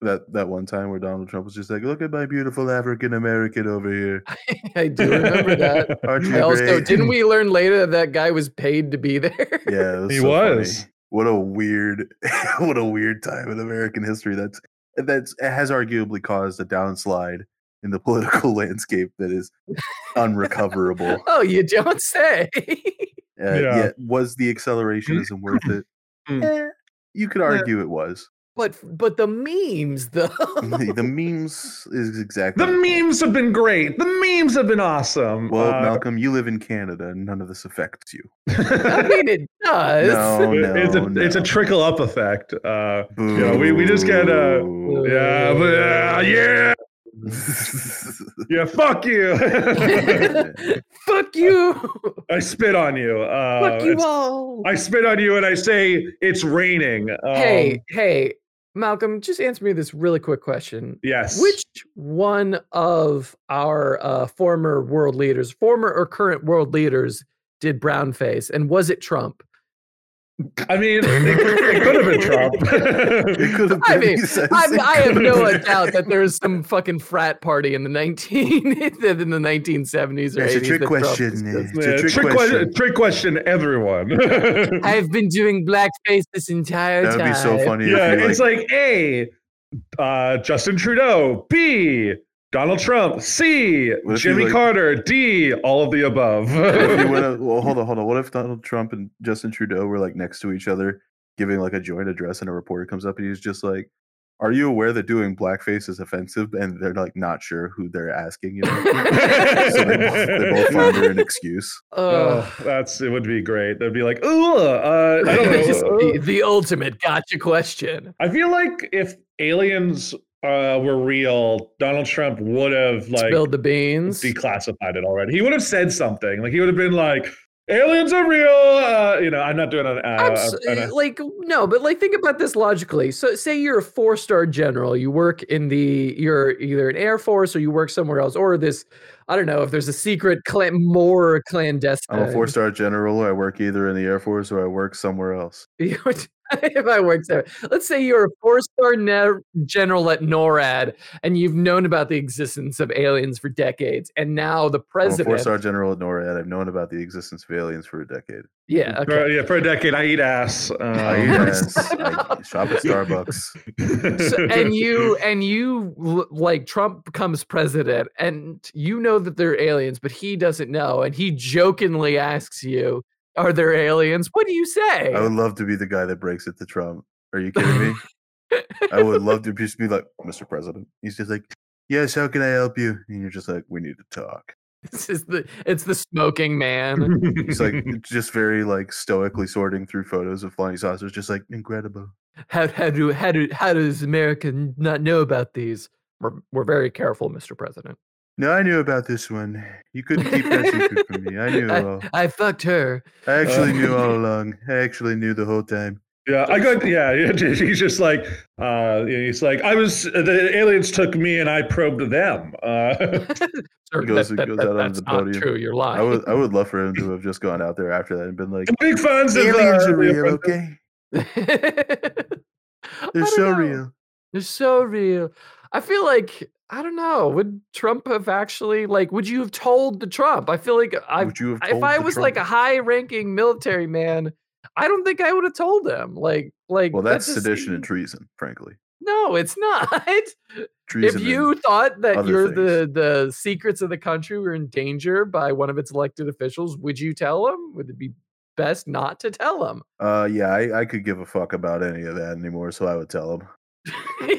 S2: That, that one time where Donald Trump was just like, look at my beautiful African American over here.
S4: I do remember that.
S2: Aren't
S4: I
S2: you
S4: also,
S2: great?"
S4: didn't we learn later that that guy was paid to be there?
S2: Yeah, it was
S3: He
S2: so funny.
S3: was.
S2: What a weird, what a weird time in American history. That's that's it has arguably caused a downslide in the political landscape that is unrecoverable.
S4: Oh, you don't say.
S2: Uh,
S3: Yeah.
S2: Yet, was the accelerationism worth it?
S3: Mm.
S2: Eh, you could argue it was.
S4: but but the memes though.
S2: the memes is exactly
S3: The memes have been great. The memes have been awesome.
S2: Well,
S3: Uh,
S2: Malcolm, you live in Canada, and none of this affects you.
S4: I mean, it does.
S2: No, Oh, no,
S3: it's a it's a
S2: no.
S3: trickle up effect. Uh, yeah, we- we just get, uh,
S2: Boo.
S3: yeah, but, uh, yeah, yeah. Fuck you.
S4: Fuck you.
S3: I spit on you. Uh,
S4: Fuck you
S3: it's-
S4: all.
S3: I spit on you, and I say it's raining. Um,
S4: hey, hey, Malcolm, just answer me this really quick question.
S3: Yes.
S4: Which one of our uh, former world leaders, former or current world leaders, did brown face, and was it Trump?
S3: I mean, it could, it could have been Trump.
S2: could have
S4: I
S2: been
S4: mean,
S2: recess.
S4: I'm,
S2: It
S4: I have
S2: could
S4: no
S2: been-
S4: doubt that there was some fucking frat party in the nineteen in the nineteen seventies or
S2: It's a
S4: 80s
S2: trick
S4: that Trump
S2: question. eh,
S4: existed.
S2: It's a
S3: Yeah,
S2: trick
S3: que-
S2: question.
S3: trick question, everyone.
S4: I've been doing blackface this entire
S2: That
S4: time.
S2: would be so funny
S3: yeah,
S2: if you
S3: it's
S2: like,
S3: like, A, uh, Justin Trudeau, B, Donald Trump, C,
S2: What if he,
S3: Jimmy
S2: like-
S3: Carter, D, all of the above.
S2: If you wanna- well, hold on, hold on. What if Donald Trump and Justin Trudeau were like next to each other, giving like a joint address, and a reporter comes up and he's just like, "Are you aware that doing blackface is offensive?" And they're like not sure who they're asking. You know? so they, both, they both find her an excuse.
S4: Ugh.
S3: Oh, that's it. Would be great. That'd be like, ooh, uh, I don't
S4: Just
S3: know.
S4: the, the ultimate gotcha question.
S3: I feel like if aliens uh, were real, Donald Trump would have like
S4: Spilled the beans.
S3: declassified it already. He would have said something. Like he would have been like, "Aliens are real." Uh, you know, I'm not doing an. Uh,
S4: Abs-
S3: an-
S4: like no, but like think about this logically. So say you're a four star general, you work in the you're either an air force or you work somewhere else, or this I don't know if there's a secret clan more clandestine.
S2: I'm a four star general. I work either in the Air Force or I work somewhere else.
S4: if I work there, let's say you're a four star ne- general at NORAD, and you've known about the existence of aliens for decades, and now
S2: I'm a
S4: the
S2: four
S4: president.
S2: star general at NORAD. I've known about the existence of aliens for a decade.
S4: yeah, okay.
S3: for, yeah, for a decade, I eat ass. Um,
S2: I, eat ass, I shop at Starbucks.
S4: So, and you and you l- like Trump becomes president, and you know that they're aliens, but he doesn't know, and he jokingly asks you, "Are there aliens?" What do you say?
S2: I would love to be the guy that breaks it to Trump. Are you kidding me? I would love to just be like, Mr. President. He's just like, Yes, how can I help you? And you're just like, We need to talk.
S4: This is the it's the smoking man.
S2: He's like, just very like stoically sorting through photos of flying saucers, just like, Incredible.
S4: How how do how do how does America n- not know about these? We're we're very careful, Mr. President.
S2: No, I knew about this one. You couldn't keep that secret from me. I knew uh, it all.
S4: I fucked her.
S2: I
S4: Uh,
S2: actually knew all along. I actually knew the whole time.
S3: Yeah, I got. Yeah, he's just like uh, he's like I was. The aliens took me, and I probed them. Uh,
S4: Sir, that-
S2: goes-
S4: that-
S2: goes
S4: that-
S2: out onto
S4: that's
S2: the
S4: not
S2: podium.
S4: true. You're lying.
S2: I would, I would love for him to have just gone out there after that and been like,
S3: big fans of
S2: Aliens
S3: uh,
S2: are real,
S3: Leo Francis.
S2: okay?
S4: I
S2: They're
S4: don't
S2: so
S4: know.
S2: real.
S4: They're so real. I feel like I don't know. Would Trump have actually like? Would you have told the Trump? I feel like I,
S2: Would you have
S4: if
S2: told
S4: I
S2: the
S4: was like a
S2: Trump?
S4: high-ranking military man, I don't think I would have told him. Like, like
S2: Well,
S4: that
S2: that's
S4: just
S2: sedition and
S4: seems-
S2: treason, frankly.
S4: No, it's not. if
S2: Treason and-
S4: you thought that
S2: other
S4: you're the the secrets of the country were in danger by one of its elected officials, would you tell him? Would it be best not to tell him?
S2: Uh, yeah, I, I could give a fuck about any of that anymore, so I would tell him.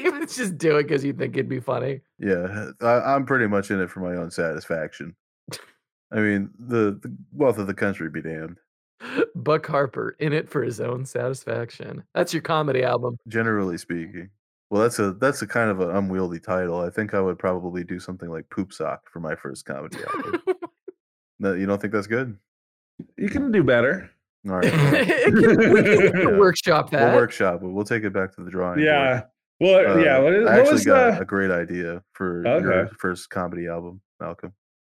S4: Let's just do it because you think it'd be funny.
S2: Yeah, I, I'm pretty much in it for my own satisfaction. I mean, the, the wealth of the country be damned.
S4: Buck Harper in it for his own satisfaction. That's your comedy album.
S2: Generally speaking, well, that's a that's a kind of an unwieldy title. I think I would probably do something like poop sock for my first comedy album. no, you don't think that's good?
S3: You can do better.
S2: All
S4: we
S2: right,
S4: can we can workshop
S2: we'll
S4: that.
S2: workshop it. We'll take it back to the drawing. board.
S3: Yeah. Well, yeah.
S2: Uh,
S3: What, is,
S2: I
S3: what
S2: actually
S3: was
S2: got
S3: the?
S2: a great idea for your
S3: Okay.
S2: first comedy album, Malcolm.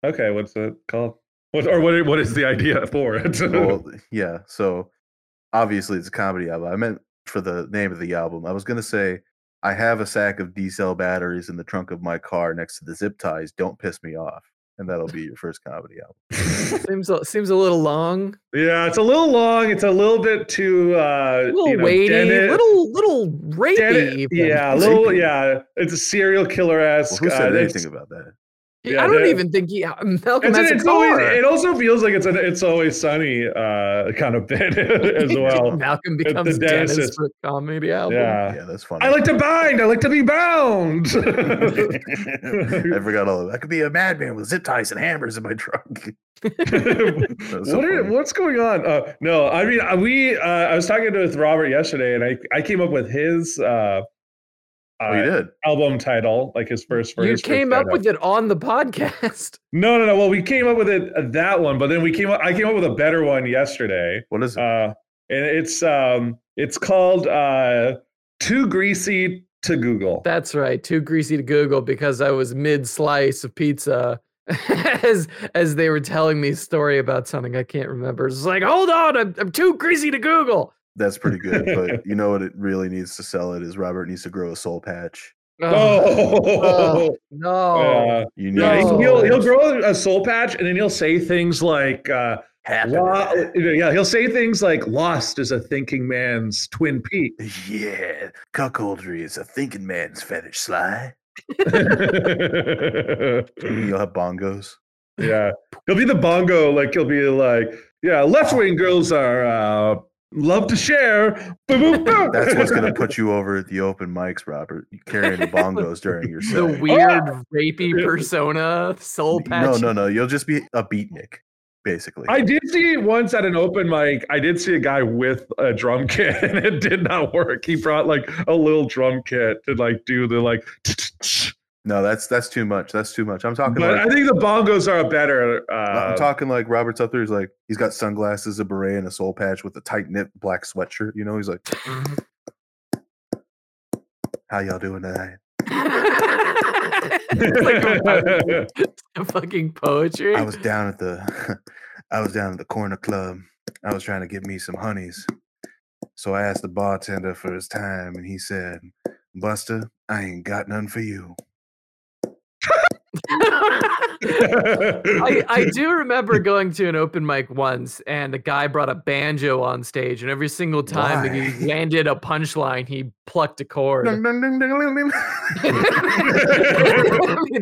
S3: Okay, what's it called? What or what? What is the idea for it?
S2: well, yeah. So obviously it's a comedy album. I meant for the name of the album. I was gonna say I have a sack of D cell batteries in the trunk of my car next to the zip ties. Don't piss me off, and that'll be your first comedy album.
S4: Seems a, seems a little
S3: Uh,
S4: long,
S3: yeah, it's a little long. It's a little bit too. Uh,
S4: a little
S3: you know,
S4: weighty,
S3: Dennett-
S4: little little rapey.
S3: Dennett-
S4: even.
S3: yeah, a
S2: Rapey.
S3: little. Yeah, it's a serial killer
S2: Well,
S3: esque.
S2: who said
S3: uh, it's-
S2: anything about that?
S4: I
S3: yeah,
S4: don't
S3: that-
S4: even think he uh, Malcolm
S3: It's,
S4: has
S3: it's
S4: a
S3: always,
S4: car.
S3: it also feels like it's an it's always sunny uh, kind of bit as well.
S4: Malcolm
S3: the
S4: becomes Dennis
S3: Dennis is-
S4: for a comedy album.
S3: Yeah,
S2: yeah, that's funny.
S3: uh, I like to bind. I like to be bound.
S2: I forgot all of that. I could be a madman with zip ties and hammers in my trunk. That was so
S3: what are,
S2: funny.
S3: what's going on? Uh, no, I mean uh, we. Uh, I was talking to with Robert yesterday, and I I came up with his uh,
S2: Oh, you
S3: uh,
S2: did.
S3: album title, like his first. For
S4: You
S3: his first
S4: came up
S3: title.
S4: with it on the podcast.
S3: no, no, no. Well, we came up with it uh, that one, but then we came up. I came up with a better one yesterday,
S2: What is it?
S3: uh, and it's um it's called uh, "Too Greasy to Google."
S4: That's right. Too greasy to Google because I was mid slice of pizza as as they were telling me a story about something I can't remember. It's like, hold on, I'm, I'm too greasy to Google.
S2: that's pretty good, but you know what? It really needs to sell it. Is Robert needs to grow a soul patch.
S4: Oh,
S3: oh,
S4: no.
S3: Uh,
S2: You need
S3: Yeah,
S2: a
S4: No.
S3: he'll-
S2: soul
S3: he'll,
S2: patch.
S3: he'll grow a soul patch and then he'll say things like, uh,
S2: happening.
S3: Wa- yeah, he'll say things like "Lost is a thinking man's Twin Peaks."
S2: Yeah, cuckoldry is a thinking man's fetish, Sly.
S3: Mm-hmm.
S2: You'll have bongos.
S3: yeah, he'll be the bongo. Like he'll be like, "Yeah, left wing girls are uh, love to share." Boom, boom, boom.
S2: That's what's going to put you over at the open mics, Robert. You carrying the bongos during your
S4: The
S2: set.
S4: weird rapey persona, soul
S2: no,
S4: patch.
S2: no, no. You'll just be a beatnik, basically.
S3: I did see it once at an open mic. I did see a guy with a drum kit, and it did not work. He brought like a little drum kit to like do the like.
S2: no, that's that's too much. That's too much. I'm talking
S3: But
S2: like
S3: I think the bongos are a better.
S2: I'm
S3: Uh,
S2: talking like Robert Suther's like he's got sunglasses, a beret, and a soul patch with a tight knit black sweatshirt. You know, he's like, "How y'all doing tonight?"
S4: it's like a fucking, fucking poetry.
S2: I was down at the, I was down at the corner club. I was trying to get me some honeys, so I asked the bartender for his time, and he said, "Buster, I ain't got none for you."
S4: I, I do remember going to an open mic once and the guy brought a banjo on stage and every single time that he
S2: Why?
S4: landed a punchline he plucked a chord. I mean,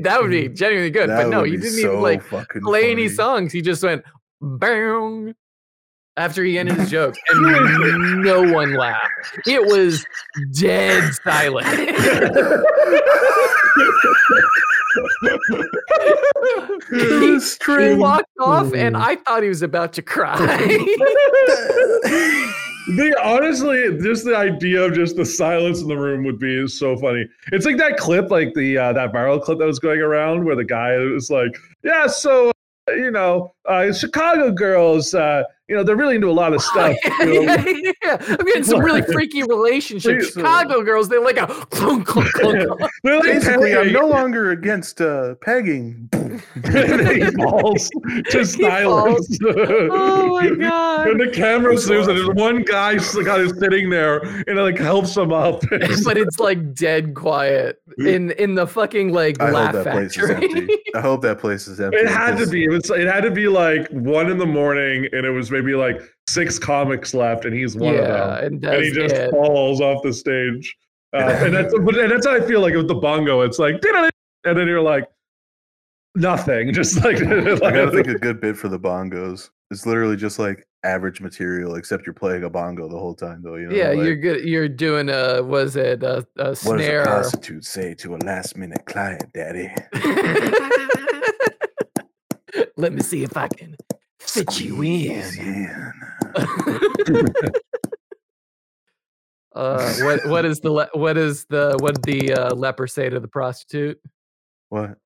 S4: that would be genuinely good. but no,
S2: Mm, would
S4: you
S2: be
S4: didn't
S2: so
S4: even like
S2: fucking
S4: play any
S2: funny.
S4: songs. He just went bang after he ended his jokes, and no one laughed. It was dead silent. he, he walked off, and I thought he was about to cry.
S3: they honestly, just the idea of just the silence in the room would be is so funny. It's like that clip, like the uh, that viral clip that was going around, where the guy was like, "Yeah, so uh, you know, uh, Chicago girls, uh, you know, they're really into a lot of stuff." you know,
S4: yeah, yeah, yeah. I'm getting some really freaky relationships.
S3: Please.
S2: uh,
S4: Chicago girls, they like a clunk, clunk, clunk, clunk.
S3: they're like
S2: Basically, I'm
S3: pegging."
S2: no longer against uh, pegging.
S3: he falls to silence.
S4: Oh my god.
S3: When the camera
S2: That's
S3: zooms in, there's
S2: awesome.
S3: one guy s- kind of sitting there and it like helps him up.
S4: but it's like dead quiet in in the fucking like
S2: I
S4: laugh
S2: hope that place is
S4: factory.
S2: empty. I hope that place is empty.
S3: it had to
S2: because
S3: be. It was. It had to be like one in the morning, and it was maybe like six comics left, and he's one of
S4: yeah,
S3: them.
S4: and that's
S3: And he just
S4: it.
S3: falls off the stage. Uh, and that's but, and that's how I feel like with the bongo. It's like, "Diddle-" and then you're like, nothing. Just like,
S2: I gotta think a good bit for the bongos. It's literally just like average material, except you're playing a bongo the whole time, though. You know,
S4: yeah,
S2: like,
S4: you're good. You're doing a was it a, a
S2: What does a
S4: snare?
S2: prostitute say to a last minute client, Daddy?
S4: Let me see if I can fit you
S2: Squeeze
S4: in.
S2: in.
S4: uh, what what is the le- what is the what did the uh, leper say to the prostitute?
S2: What?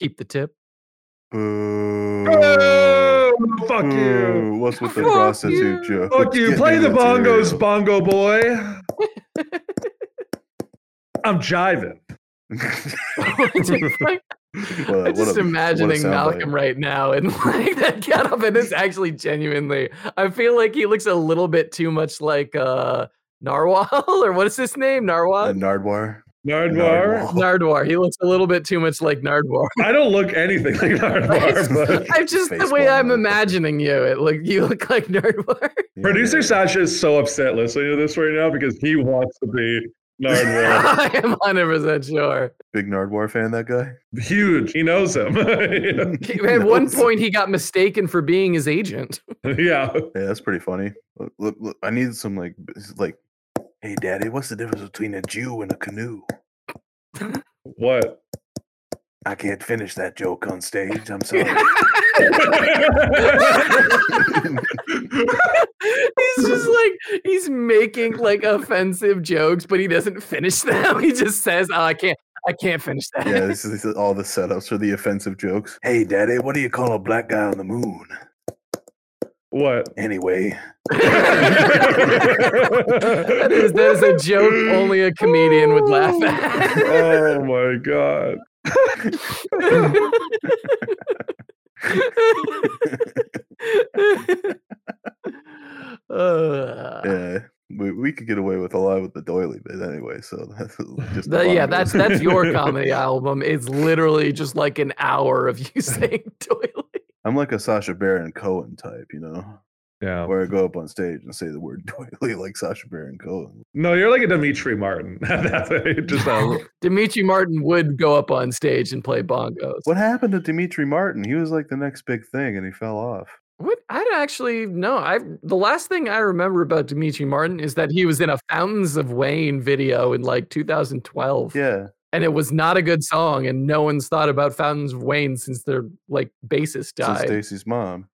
S4: Keep the tip.
S2: Boo.
S3: oh, fuck you.
S2: Boo. What's with the
S4: Fuck
S2: prostitute
S4: you.
S2: joke?
S3: Fuck you.
S2: Get
S3: Play
S2: new
S3: the bongos,
S2: material.
S3: bongo boy. I'm jiving.
S2: Uh, What a-
S4: I'm
S2: what a-
S4: just
S2: what a
S4: imagining
S2: soundbite.
S4: Malcolm right now and like that get up and it's actually genuinely I feel like he looks a little bit too much like uh Narwhal or what is his name?
S2: A
S4: Narwhal?
S2: Nardwar.
S3: Nardwar.
S2: Nardwar.
S4: Nardwar. He looks a little bit too much like Nardwar.
S3: I don't look anything like Nardwar, but
S4: I'm just the
S2: Face
S4: way
S2: one,
S4: I'm
S2: motherfucker.
S4: imagining you. It look you look like Nardwar.
S2: Yeah,
S3: producer
S2: yeah.
S3: Sasha is so upset listening to this right now because he wants to be Nardwar.
S4: I am 100 percent sure.
S2: Big Nardwar fan, that guy.
S3: Huge. He knows him. yeah.
S4: He- At one point, he got mistaken for being his agent.
S3: yeah.
S2: Yeah, that's pretty funny. Look, look, look, I need some like, b- s- like, hey, daddy, what's the difference between a Jew and a canoe?
S3: What?
S2: I can't finish that joke on stage. I'm sorry.
S4: he's just like he's making like offensive jokes, but he doesn't finish them. He just says, "Oh, I can't, I can't finish that."
S2: yeah, this is, this is all the setups for the offensive jokes. Hey, daddy, what do you call a black guy on the moon?
S3: What?
S2: Anyway,
S4: that, is, that is a joke only a comedian would laugh at.
S3: oh my god.
S4: Uh,
S2: yeah, we, we could get away with a lot with the doily bit anyway. So that's just the
S4: that- yeah,
S2: bongos.
S4: that's that's your comedy album. It's literally just like an hour of you saying toilet.
S2: I'm like a Sasha Baron Cohen type, you know,
S4: Oh.
S3: Yeah.
S2: where I go up on stage and say the word doily like Sasha Baron Cohen.
S3: No, you're like a Dimitri Martin. That's it. Just uh, a,
S4: Dimitri Martin would go up on stage and play bongos.
S2: What happened to Dimitri Martin? He was like the next big thing, and he fell off.
S4: What I don't actually know. I the last thing I remember about Dimitri Martin is that he was in a Fountains of Wayne video in like 2012,
S2: Yeah,
S4: and it was not a good song, and no one's thought about Fountains of Wayne since their like bassist
S2: so
S4: died.
S2: Stacy's mom.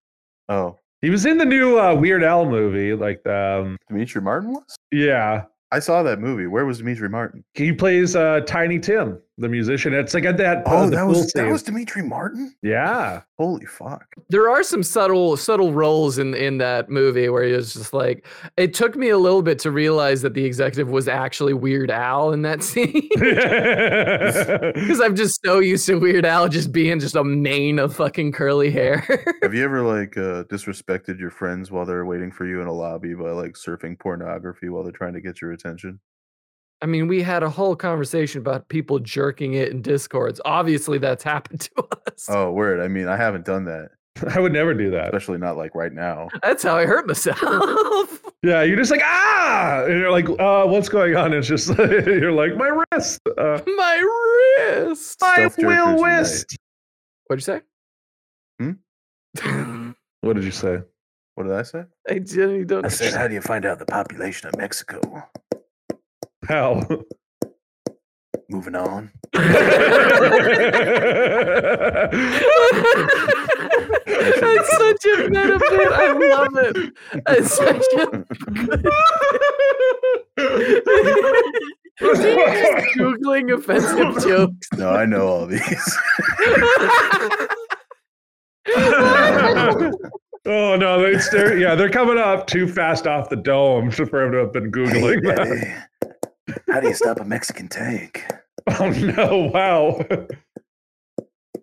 S2: Oh,
S3: he was in the new uh, Weird Al movie. Like, um,
S2: Dimitri Martin was.
S3: yeah,
S2: I saw that movie. Where was Dimitri Martin?
S3: he plays uh, Tiny Tim, the musician. It's like at that.
S2: Oh,
S3: uh, the
S2: that
S3: pool
S2: was that
S3: scene.
S2: was Dimitri Martin.
S3: Yeah.
S2: Holy fuck!
S4: there are some subtle subtle roles in in that movie where it was just like it took me a little bit to realize that the executive was actually Weird Al in that scene. Because I'm just so used to Weird Al just being just a mane of fucking curly hair.
S2: Have you ever like uh, disrespected your friends while they're waiting for you in a lobby by like surfing pornography while they're trying to get your attention?
S4: I mean, we had a whole conversation about people jerking it in discords. Obviously, that's happened to us.
S2: Oh, word! I mean, I haven't done that,
S3: I would never do that.
S2: especially not like right now.
S4: That's how I hurt myself.
S3: Yeah, you're just like ah, and you're like, uh, what's going on? It's just you're like my wrist. Uh,
S4: My wrist.
S2: Stuff
S3: Life
S2: jerkers
S3: will
S2: unite.
S3: whist.
S4: What'd you say? Hmm?
S3: What did you say?
S2: What did I say?
S4: I didn't. Don't.
S2: "How do you find out the population of Mexico?"
S3: How?
S2: Moving on.
S4: That's such a meta bit. I love it. It's such a Just googling offensive jokes.
S2: no, I know all these.
S3: oh no, they they're yeah, they're coming up too fast off the dome for him to have been googling that.
S2: how do you stop a Mexican tank?
S3: Oh no! Wow.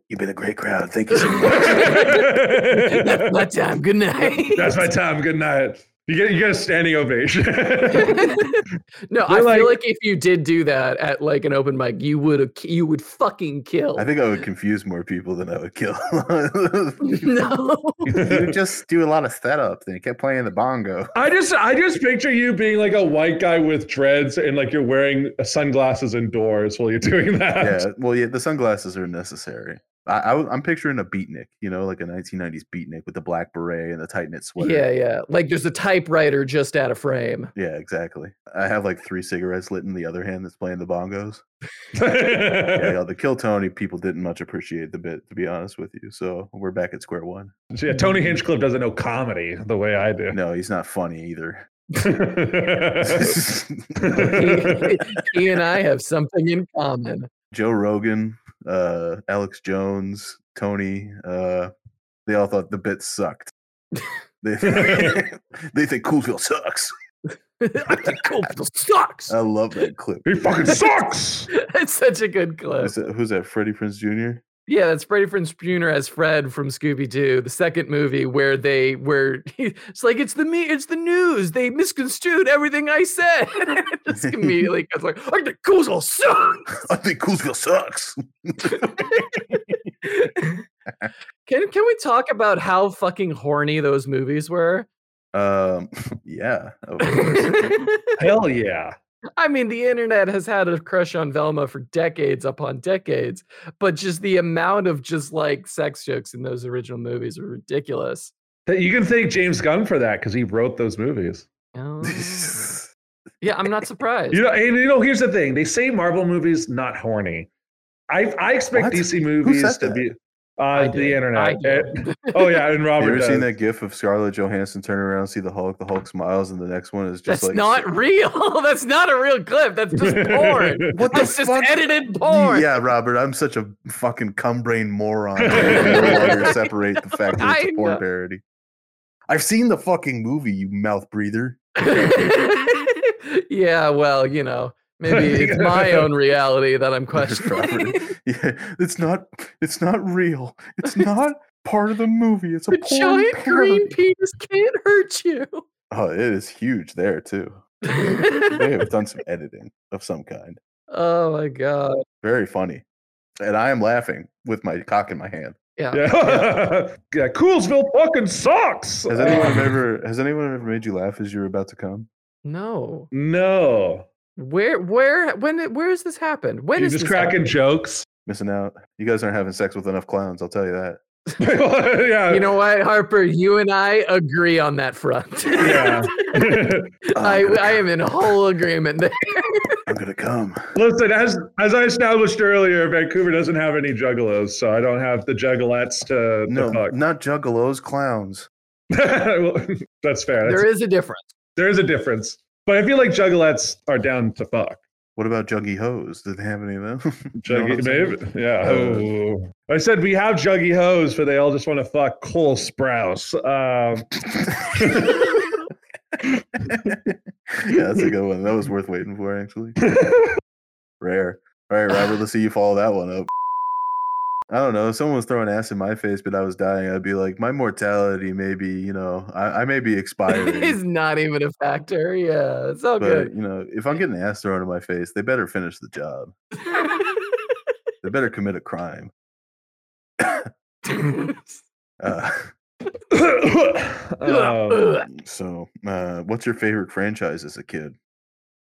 S2: You've been a great crowd. Thank you so
S4: That's my time. uh, Good night.
S3: That's my time. Good night. You get you get a standing ovation.
S4: no, I
S3: They're like-
S4: feel like if you did do that at like an open mic, you would you would fucking kill.
S2: I think I would confuse more people than I would kill.
S4: no,
S2: you just do a lot of setup. Then you kept playing the bongo.
S3: I just I just picture you being like a white guy with dreads and like you're wearing sunglasses indoors while you're doing
S2: Yeah.
S3: that.
S2: Well, yeah, the sunglasses are necessary. I, I, w- I'm picturing a beatnik, you know, like a 1990s beatnik with the black beret and the tight knit sweater.
S4: yeah, yeah. Like there's a typewriter just out of frame.
S2: Yeah, exactly. I have like three cigarettes lit in the other hand that's playing the bongos. Yeah, yeah, the Kill Tony people didn't much appreciate the bit, to be honest with you. So we're back at square one.
S3: So, yeah, Tony Hinchcliffe doesn't know comedy the way I do.
S2: No, he's not funny either.
S4: he, he and I have something in common.
S2: Joe Rogan, uh, Alex Jones, Tony, uh, they all thought the bit sucked. they, they think Coolfield sucks.
S4: I think Coolfield sucks.
S2: I love that clip.
S3: he fucking sucks.
S4: That's such a good clip.
S2: Is that- who's that? Freddie Prince Jr.
S4: Yeah, that's Brady Prince Jr. as Fred from Scooby Doo, the second movie where they where it's like it's the me, it's the news. They misconstrued everything I said. Just immediately goes like, I think Koozle sucks.
S2: I think Coolsville sucks.
S4: Can can we talk about how fucking horny those movies were?
S2: Um, yeah, oh. of course.
S4: I
S3: Hell yeah.
S4: mean, the internet has had a crush on Velma for decades upon decades, but just the amount of just like sex jokes in those original movies are ridiculous.
S3: That- You can thank James Gunn for that because he wrote those movies.
S4: Oh. yeah, I'm not surprised.
S3: You know, and you know, here's the thing: they say Marvel movies not horny. I I expect
S2: What?
S3: DC
S2: said
S3: movies to
S2: that?
S3: be
S4: I
S3: uh,
S4: did.
S3: the internet.
S4: I did.
S3: Uh, oh yeah, and
S2: Have you
S3: Robert.
S2: ever
S3: does.
S2: seen that GIF of Scarlett Johansson turn around, see the Hulk, the Hulk smiles, and the next one is just
S4: That's
S2: like
S4: not real. That's not a real clip. That's just porn.
S2: What the
S4: That's just
S2: fuck? Y-
S4: edited porn.
S2: Yeah, Robert, I'm such a fucking cum brain moron. I can no longer separate the fact that it's
S4: I
S2: a porn
S4: know.
S2: parody. I've seen the fucking movie, you mouth breather.
S4: yeah, well, you know, maybe it's my own reality that I'm questioning.
S2: Robert. Yeah, it's not. It's not real. It's not part of the movie. It's a
S4: the
S2: porn
S4: giant green
S2: parody.
S4: penis can't hurt you.
S2: Oh, it is huge there too. They have done some editing of some kind.
S4: oh my god.
S2: Very funny, and I am laughing with my cock in my hand.
S4: Yeah.
S3: Yeah. yeah. Coolsville fucking sucks.
S2: Has anyone ever has anyone ever made you laugh as you were about to come?
S4: No.
S3: No.
S4: Where where when it- where has this happened? When
S3: You're
S4: is
S3: just
S4: this
S3: cracking
S4: happened?
S3: jokes.
S2: Missing out. You guys aren't having sex with enough clowns. I'll tell you that.
S3: yeah.
S4: You know what, Harper? You and I agree on that front.
S3: yeah.
S4: I, I am in whole agreement there.
S2: I'm gonna come.
S3: Listen, as as I established earlier, Vancouver doesn't have any juggalos, so I don't have the juggalettes to, to
S2: No,
S3: fuck.
S2: not juggalos, clowns.
S3: Well, that's fair. That's,
S4: There is a difference.
S3: there is a difference, but I feel like juggalettes are down to fuck.
S2: What about juggy hoes? Do they have any of them? You know what
S3: Juggy,
S2: I'm saying?
S3: maybe? Yeah. Ooh. I said we have juggy hoes, but they all just want to fuck Cole Sprouse. Um,
S2: yeah, that's a good one. That was worth waiting for, actually. Rare. All right, Robert, let's see you follow that one up. I don't know. If someone was throwing ass in my face, but I was dying, I'd be like, my mortality may be, you know, I, I may be
S4: it's
S2: expiring.
S4: not even a factor. Yeah, it's all
S2: but, you know, if I'm getting ass thrown in my face, they better finish the job. They better commit a crime.
S4: good. Mm.
S2: Uh,
S3: um,
S2: so, uh, what's your favorite franchise as a kid?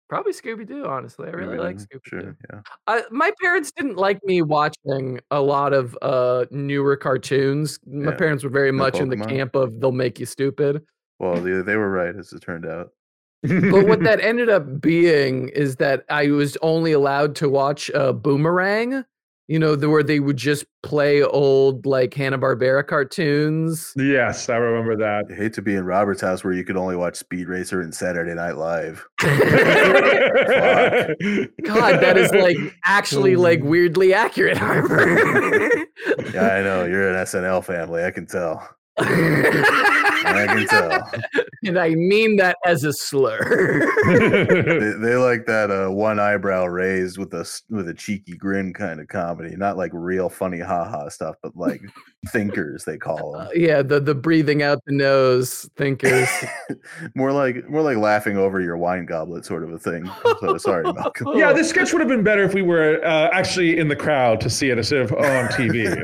S4: Probably Scooby Doo. Honestly, I really like
S2: Scooby.
S4: Scooby
S2: Sure,
S4: Doo.
S2: yeah.
S4: I, my parents didn't like me watching a lot of uh, newer cartoons. My
S2: Yeah.
S4: parents were very
S2: No
S4: much in the
S2: Pokemon.
S4: camp of they'll make you stupid.
S2: Well, they, they were right, as it turned out.
S4: But what that ended up being is that I was only allowed to watch uh, Boomerang. You know, the, where they would just play old like Hanna Barbera cartoons.
S3: yes, I remember that.
S2: I hate to be in Robert's house where you could only watch Speed Racer and Saturday Night Live.
S4: God, that is like actually like
S3: Mm.
S4: weirdly accurate, Harper.
S2: Yeah, I know you're an SNL family. I can tell. I can tell.
S4: and I mean that as a slur.
S2: They, they like that uh, one eyebrow raised with a s- with a cheeky grin kind of comedy, not like real funny ha ha stuff, but like thinkers they call
S4: Uh,
S2: them.
S4: yeah, the the breathing out the nose thinkers.
S2: more like more like laughing over your wine goblet sort of a thing. So sorry, Malcolm.
S3: Yeah,
S4: Oh.
S3: this sketch would have been better if we were uh, actually in the crowd to see it instead of on TV.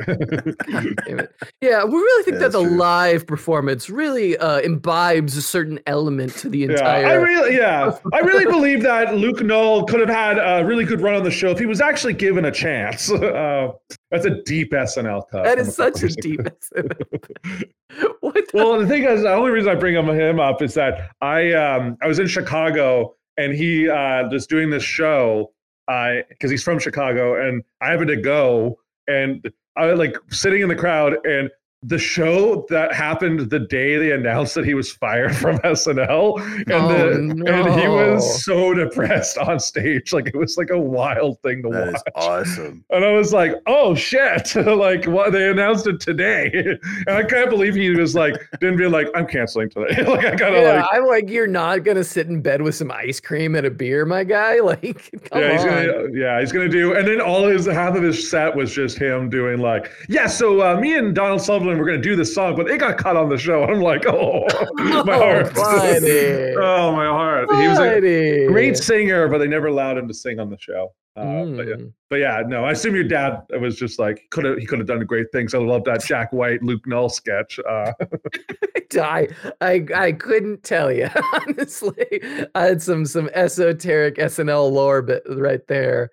S4: Damn it. Yeah, we really think
S2: Yeah,
S4: that the
S2: that's true.
S4: live performance really uh, imbibes a certain element to the
S3: yeah, I
S4: entire.
S3: really, yeah, I really believe that Luke Knoll could have had a really good run on the show if he was actually given a chance. Uh, that's a deep SNL cut.
S4: that
S3: from
S4: is
S3: couple
S4: such a
S3: years ago.
S4: deep. what? the-
S3: well, the thing is, the only reason I bring him him up is that I um I was in Chicago and he uh was doing this show I because he's from Chicago and I happened to go and I was like sitting in the crowd and the show that happened the day they announced that he was fired from SNL and
S4: Oh,
S3: the, and he
S4: no.
S3: was so depressed on stage like it was like a wild thing to
S2: That
S3: watch
S2: is awesome.
S3: and I was like, "Oh shit!" like, what they announced it today, and I can't believe he was like, didn't be like, "I'm canceling today." like, I kind of
S4: yeah,
S3: like,
S4: I'm like, you're not gonna sit in bed with some ice cream and a beer, my guy. Like, come
S3: yeah, he's
S4: on.
S3: gonna, yeah, he's gonna do. And then all his half of his set was just him doing like, "Yeah, so uh, me and Donald Sutherland were gonna do this song, but it got cut on the show." And I'm like, "Oh, my heart."
S4: buddy.
S3: oh, my heart. He was a
S4: Buddy.
S3: great singer, but they never allowed him to sing on the show. Uh, but, yeah,
S4: Mm.
S3: but yeah, no, I assume your dad was just like could have he could have done great things. I love that Jack White Luke Null sketch. Uh,
S4: I, I I couldn't tell you honestly. I had some some esoteric SNL lore, but right there,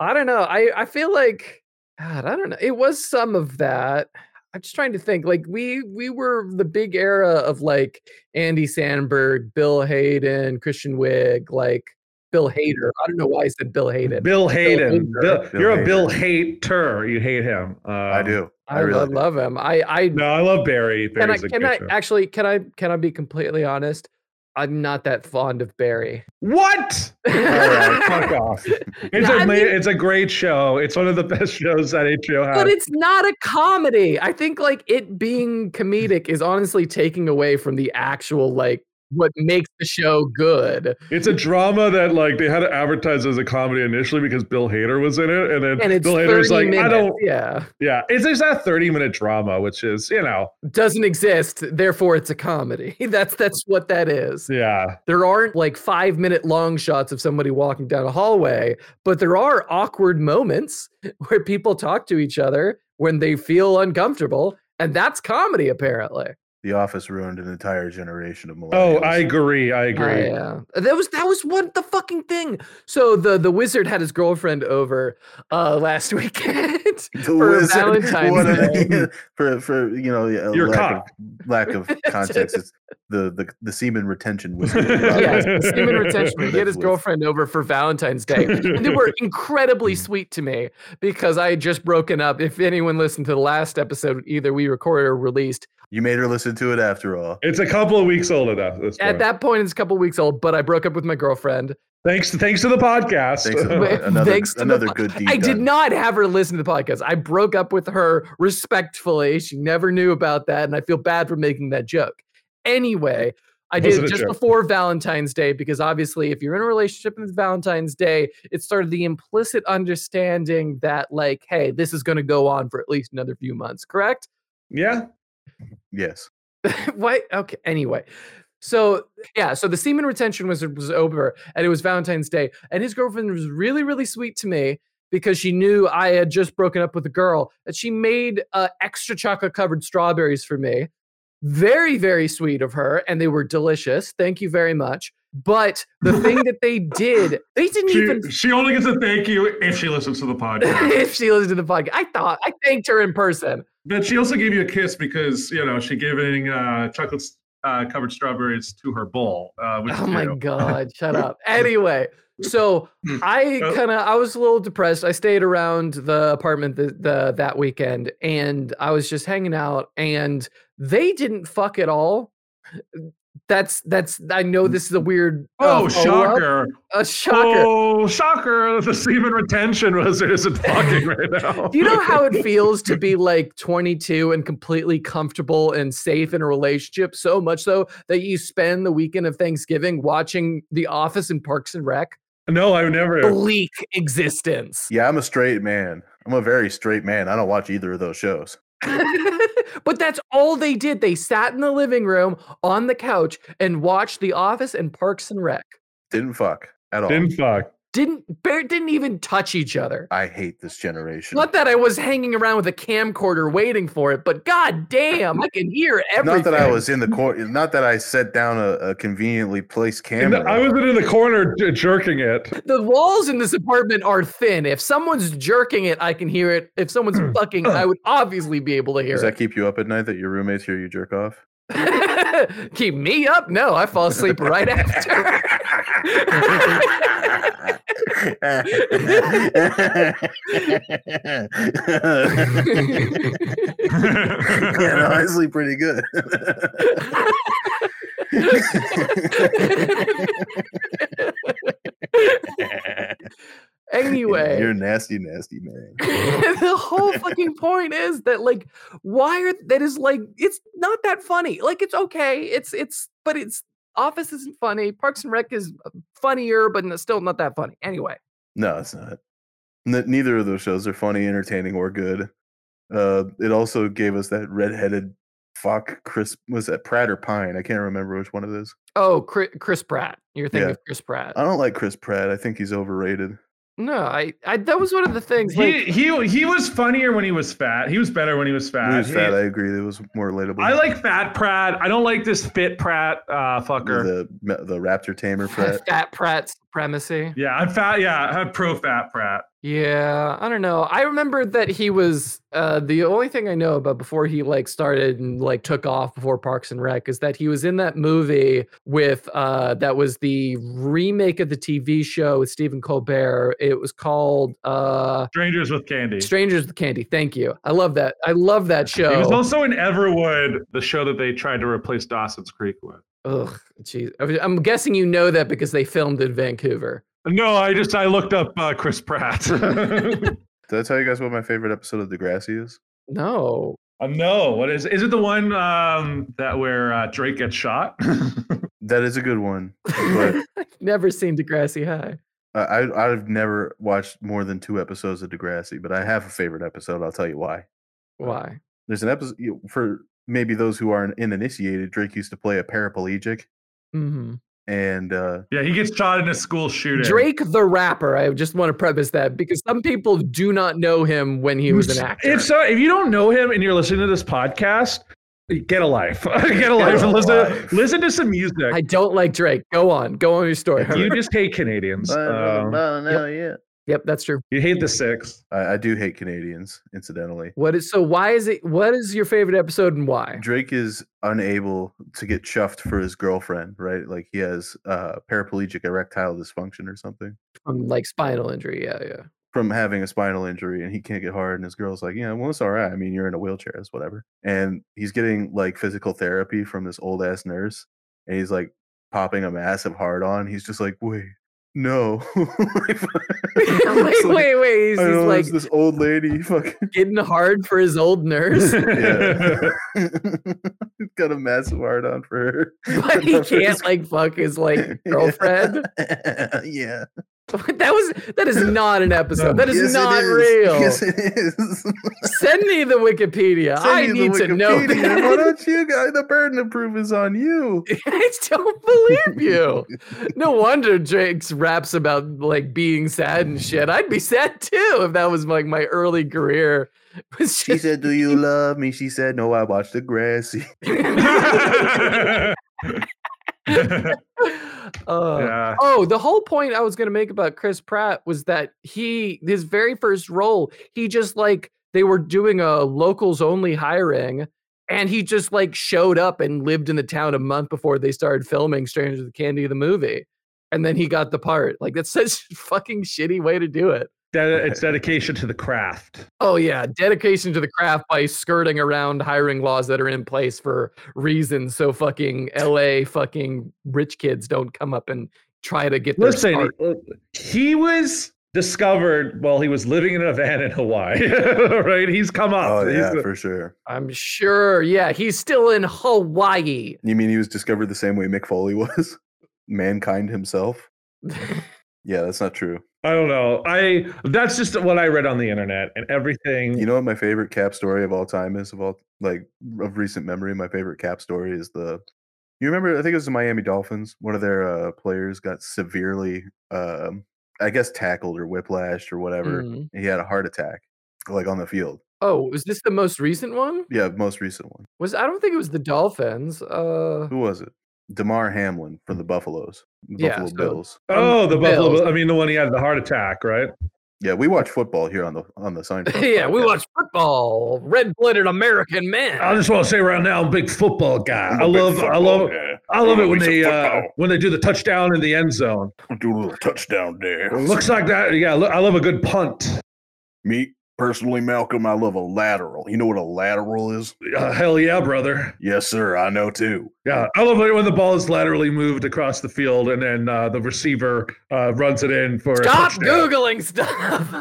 S4: I don't know. I I feel like God, I don't know. It was some of that. I'm just trying to think. Like we we were the big era of like Andy Sandberg, Bill Hayden, Christian Wiig, like Bill Hader. I don't know why I said Bill Hayden.
S3: Bill Hayden,
S4: Hader.
S3: Bill-
S2: Bill
S3: you're a
S2: Hader.
S3: Bill hater. You hate him. Uh,
S2: I do. I,
S4: I, lo-
S2: really do.
S4: love him. I I
S3: No, I love Barry.
S4: can I
S3: Barry's a
S4: can
S3: good
S4: I
S3: show.
S4: actually can I can I be completely honest? I'm not that fond of Barry.
S3: what? All right, fuck off. It's
S4: No,
S3: a
S4: I
S3: ma-
S4: mean-
S3: it's a great show. It's one of the best shows that HBO has.
S4: But it's not a comedy. I think like it being comedic is honestly taking away from the actual like what makes the show good.
S3: It's a drama that like they had to advertise as a comedy initially because Bill Hader was in it, and then
S4: And it's
S3: Bill
S4: 30
S3: Hader's like,
S4: minutes.
S3: I don't.
S4: yeah.
S3: Yeah, it's just that thirty minute drama, which is you know,
S4: Doesn't exist, therefore it's a comedy. That's that's what that is.
S3: yeah,
S4: There aren't like 5-minute long shots of somebody walking down a hallway, but there are awkward moments where people talk to each other when they feel uncomfortable, and that's comedy apparently.
S2: The Office ruined an entire generation of millennials.
S3: Oh, I agree. I agree.
S4: yeah, that was that was what the fucking thing. So the the wizard had his girlfriend over uh last weekend.
S2: The
S4: for Valentine's
S2: what a-
S4: Day.
S2: for for you know yeah,
S3: You're
S2: lack, of, lack of context. It's the the the semen retention wizard.
S4: yeah, it's semen retention. He had
S2: Live
S4: his
S2: with.
S4: girlfriend over for Valentine's Day, and they were incredibly sweet to me because I had just broken up. If anyone listened to the last episode, either we recorded or released.
S2: You made her listen to it after all.
S3: It's a couple of weeks old enough. This
S4: At
S3: point.
S4: that point, it's a couple weeks old, but I broke up with my girlfriend.
S3: thanks, thanks to the podcast.
S2: Thanks, to-
S4: Wait,
S2: another
S4: thanks to the
S2: another
S4: po-
S2: good deed.
S4: I did
S2: done.
S4: not have her listen to the podcast. I broke up with her respectfully. She never knew about that, and I feel bad for making that joke. Anyway, I did
S3: Wasn't
S4: it
S3: a
S4: just
S3: joke.
S4: before Valentine's Day because obviously, if you're in a relationship and it's Valentine's Day, it started the implicit understanding that, like, hey, this is going to go on for at least another few months, correct?
S3: yeah,
S2: Yes.
S4: Wait, okay. Anyway, so yeah, so the semen retention was was over, and it was Valentine's Day, and his girlfriend was really really sweet to me because she knew I had just broken up with a girl, and she made uh, extra chocolate covered strawberries for me. Very very sweet of her, and they were delicious. Thank you very much. But the thing that they did, they didn't even
S6: She, she only gets a thank you if she listens to the podcast.
S4: if she listened to the podcast. I thought I thanked her in person.
S6: but she also gave you a kiss because you know she giving uh, chocolate uh, covered strawberries to her bowl. Uh, which
S4: Oh
S6: is
S4: my
S6: you.
S4: god, shut up. Anyway, so I
S6: Oh.
S4: kind of I was a little depressed. I stayed around the apartment the, the that weekend and I was just hanging out and they didn't fuck at all. That's that's I know this is a weird
S6: Oh,
S4: uh, follow-up.
S6: shocker!
S4: A shocker.
S6: Oh, shocker! The semen retention wizard isn't fucking right now.
S4: Do you know how it feels to be like 22 and completely comfortable and safe in a relationship so much so that you spend the weekend of Thanksgiving watching The Office and Parks and Rec?
S3: no, I would never.
S4: Bleak existence.
S2: Yeah, I'm a straight man. I'm a very straight man. I don't watch either of those shows.
S4: but that's all they did. They sat in the living room on the couch and watched The Office and Parks and Rec.
S2: Didn't fuck at all.
S3: Didn't fuck.
S4: Didn't bar- didn't even touch each other.
S2: I hate this generation.
S4: Not that I was hanging around with a camcorder waiting for it, but god damn, I can hear everything.
S2: Not that I was in the court. Not that I set down a, a conveniently placed
S3: And
S2: camera.
S3: I wasn't in the corner j- jerking it.
S4: The walls in this apartment are thin. If someone's jerking it, I can hear it. If someone's fucking, I would obviously be able to hear
S2: Does that
S4: it.
S2: keep you up at night that your roommates hear you jerk off?
S4: Keep me up? No, I fall asleep right after.
S2: Yeah, no, I sleep pretty good.
S4: anyway.
S2: You're a nasty, nasty man.
S4: the whole fucking point is that like why are that is like it's not that funny like it's okay it's it's but it's office isn't funny parks and rec is um, funnier but n- still not that funny anyway
S2: No, it's not. N- neither of those shows are funny, entertaining, or good. Uh, it also gave us that redheaded fuck Chris. Was that Pratt or Pine? I can't remember which one it is.
S4: oh chris, chris pratt you're thinking
S2: Yeah. Uh,
S4: of chris pratt
S2: I don't like Chris Pratt. I think he's overrated.
S4: no I, I that was one of the things like,
S6: He he he was funnier when he was fat. He was better when he was fat.
S2: He was
S6: Uh, He-
S2: fat. I agree. It was more relatable.
S6: I like fat Pratt. I don't like this fit Pratt uh, fucker.
S2: the the the raptor tamer Pratt.
S4: fat pratt supremacy
S6: Yeah, I'm fat. Yeah, I'm pro fat Pratt.
S4: Yeah, I don't know. I remember that he was uh the only thing I know about before he like started and like took off before Parks and Rec is that he was in that movie with uh that was the remake of the TV show with Stephen Colbert. It was called uh
S6: Strangers with Candy.
S4: Strangers with Candy. Thank you. I love that. I love that
S6: He was
S4: show.
S6: also in Everwood, the show that they tried to replace Dawson's Creek with.
S4: Ugh, jeez. I- I'm guessing you know that because they filmed in Vancouver.
S6: No, I just I looked up uh, Chris Pratt. Uh,
S2: Did I tell you guys what my favorite episode of Degrassi is?
S4: No.
S6: Uh, no, what is is it the one um, that where uh, Drake gets shot?
S2: That is a good one. But
S4: I've never seen Degrassi High.
S2: I, I I've never watched more than two episodes of Degrassi, but I have a favorite episode. I'll tell you why.
S4: Why?
S2: There's an episode you- for maybe those who aren't uninitiated. Drake used to play a paraplegic,
S4: Mhm.
S2: and uh,
S6: Yeah, he gets shot in a school shooting.
S4: Drake the rapper. I just want to preface that because some people do not know him when he was an actor.
S3: If so, if you don't know him and you're listening to this podcast, get a life. get a life and listen.
S2: alive.
S3: Listen to some music.
S4: I don't like Drake. Go on. Go on with your story.
S3: you just hate Canadians. Um,
S2: yeah.
S4: Yep, that's true.
S3: you hate the six.
S2: I, I do hate Canadians, incidentally.
S4: What is so? Why is it? What is your favorite episode and why?
S2: Drake is unable to get chuffed for his girlfriend, right? Like he has uh, paraplegic erectile dysfunction or something
S4: From like spinal injury. Yeah, yeah.
S2: from having a spinal injury, and he can't get hard. And his girl's like, "Yeah, well, it's all right. I mean, you're in a wheelchair, it's whatever." And he's getting like physical therapy from this old ass nurse, and he's like popping a massive hard on. He's just like, "Wait, no." Like,
S4: wait,
S2: it's like,
S4: wait, wait. He's,
S2: I
S4: he's
S2: don't know,
S4: like
S2: it's this old lady fucking
S4: getting hard for his old nurse,
S2: Yeah. He's got a massive hard on for her.
S4: but he can't like fuck his
S2: Yeah.
S4: like girlfriend.
S2: yeah.
S4: that was that is not an episode. That is
S2: Yes, it
S4: not
S2: is.
S4: real.
S2: Yes, it is.
S4: Send me the Wikipedia.
S2: Send
S4: I
S2: you the
S4: need to know.
S2: Wikipedia. Why
S4: that.
S2: don't you guys? The burden of proof is on you.
S4: I don't believe you. No wonder Drake's raps about like being sad and shit. I'd be sad too if that was like my early career. Was
S2: She
S4: just
S2: said, "Do you love me?" She said, "No, I watched the grassy."
S4: uh,
S6: yeah.
S4: Oh, the whole point I was going to make about Chris Pratt was that he, his very first role, he just like, they were doing a locals only hiring and he just like showed up and lived in the town a month before they started filming Strangers with Candy, the movie. And then he got the part. Like, that's such a fucking shitty way to do it.
S3: De- it's dedication to the craft.
S4: Oh, yeah. Dedication to the craft by skirting around hiring laws that are in place for reasons so fucking LA fucking rich kids don't come up and try to get their
S3: Listen,
S4: start.
S3: he was discovered while he was living in a van in Hawaii. right? He's come up.
S2: Oh
S3: He's-
S2: yeah, for sure.
S4: I'm sure. Yeah, he's still in Hawaii.
S2: You mean he was discovered the same way Mick Foley was? Mankind himself? Yeah, that's not true.
S3: I don't know. I that's just what I read on the internet and
S4: Mm.
S3: everything.
S2: You know what my favorite cap story of all time is of all like of recent memory. My favorite cap story is the. You remember? I think it was the Miami Dolphins. One of their uh, players got severely, um, I guess, tackled or whiplashed or whatever.
S4: Mhm.
S2: He had a heart attack, like on the field.
S4: Oh, was this the most recent one?
S2: Yeah, most recent one.
S4: Was I don't think it was the Dolphins. Uh,
S2: Who was it? Damar Hamlin for the Buffaloes, the
S4: Mm. Yeah,
S2: Buffalo
S4: so-
S2: Bills.
S3: oh, the
S4: Um,
S3: Buffalo.
S4: Bills.
S3: Bill- I mean, the one he had the heart attack, right?
S2: Yeah, we watch football here on the on the sign.
S4: yeah, we watch football. Red-blooded American men.
S3: I just want to say right now, I'm a big football guy. I love, I love, I love it when they uh, when they do the touchdown in the end zone.
S7: do a little touchdown there.
S3: Looks like that. Yeah, look, I love a good punt.
S7: Me personally, Malcolm, I love a lateral. You know what a lateral is?
S3: Uh, hell yeah, brother.
S7: Yes, sir. I know too.
S3: Yeah, I love it when the ball is laterally moved across the field and then uh, the receiver uh, runs it in for. a
S4: Stop
S3: touchdown.
S4: googling stuff.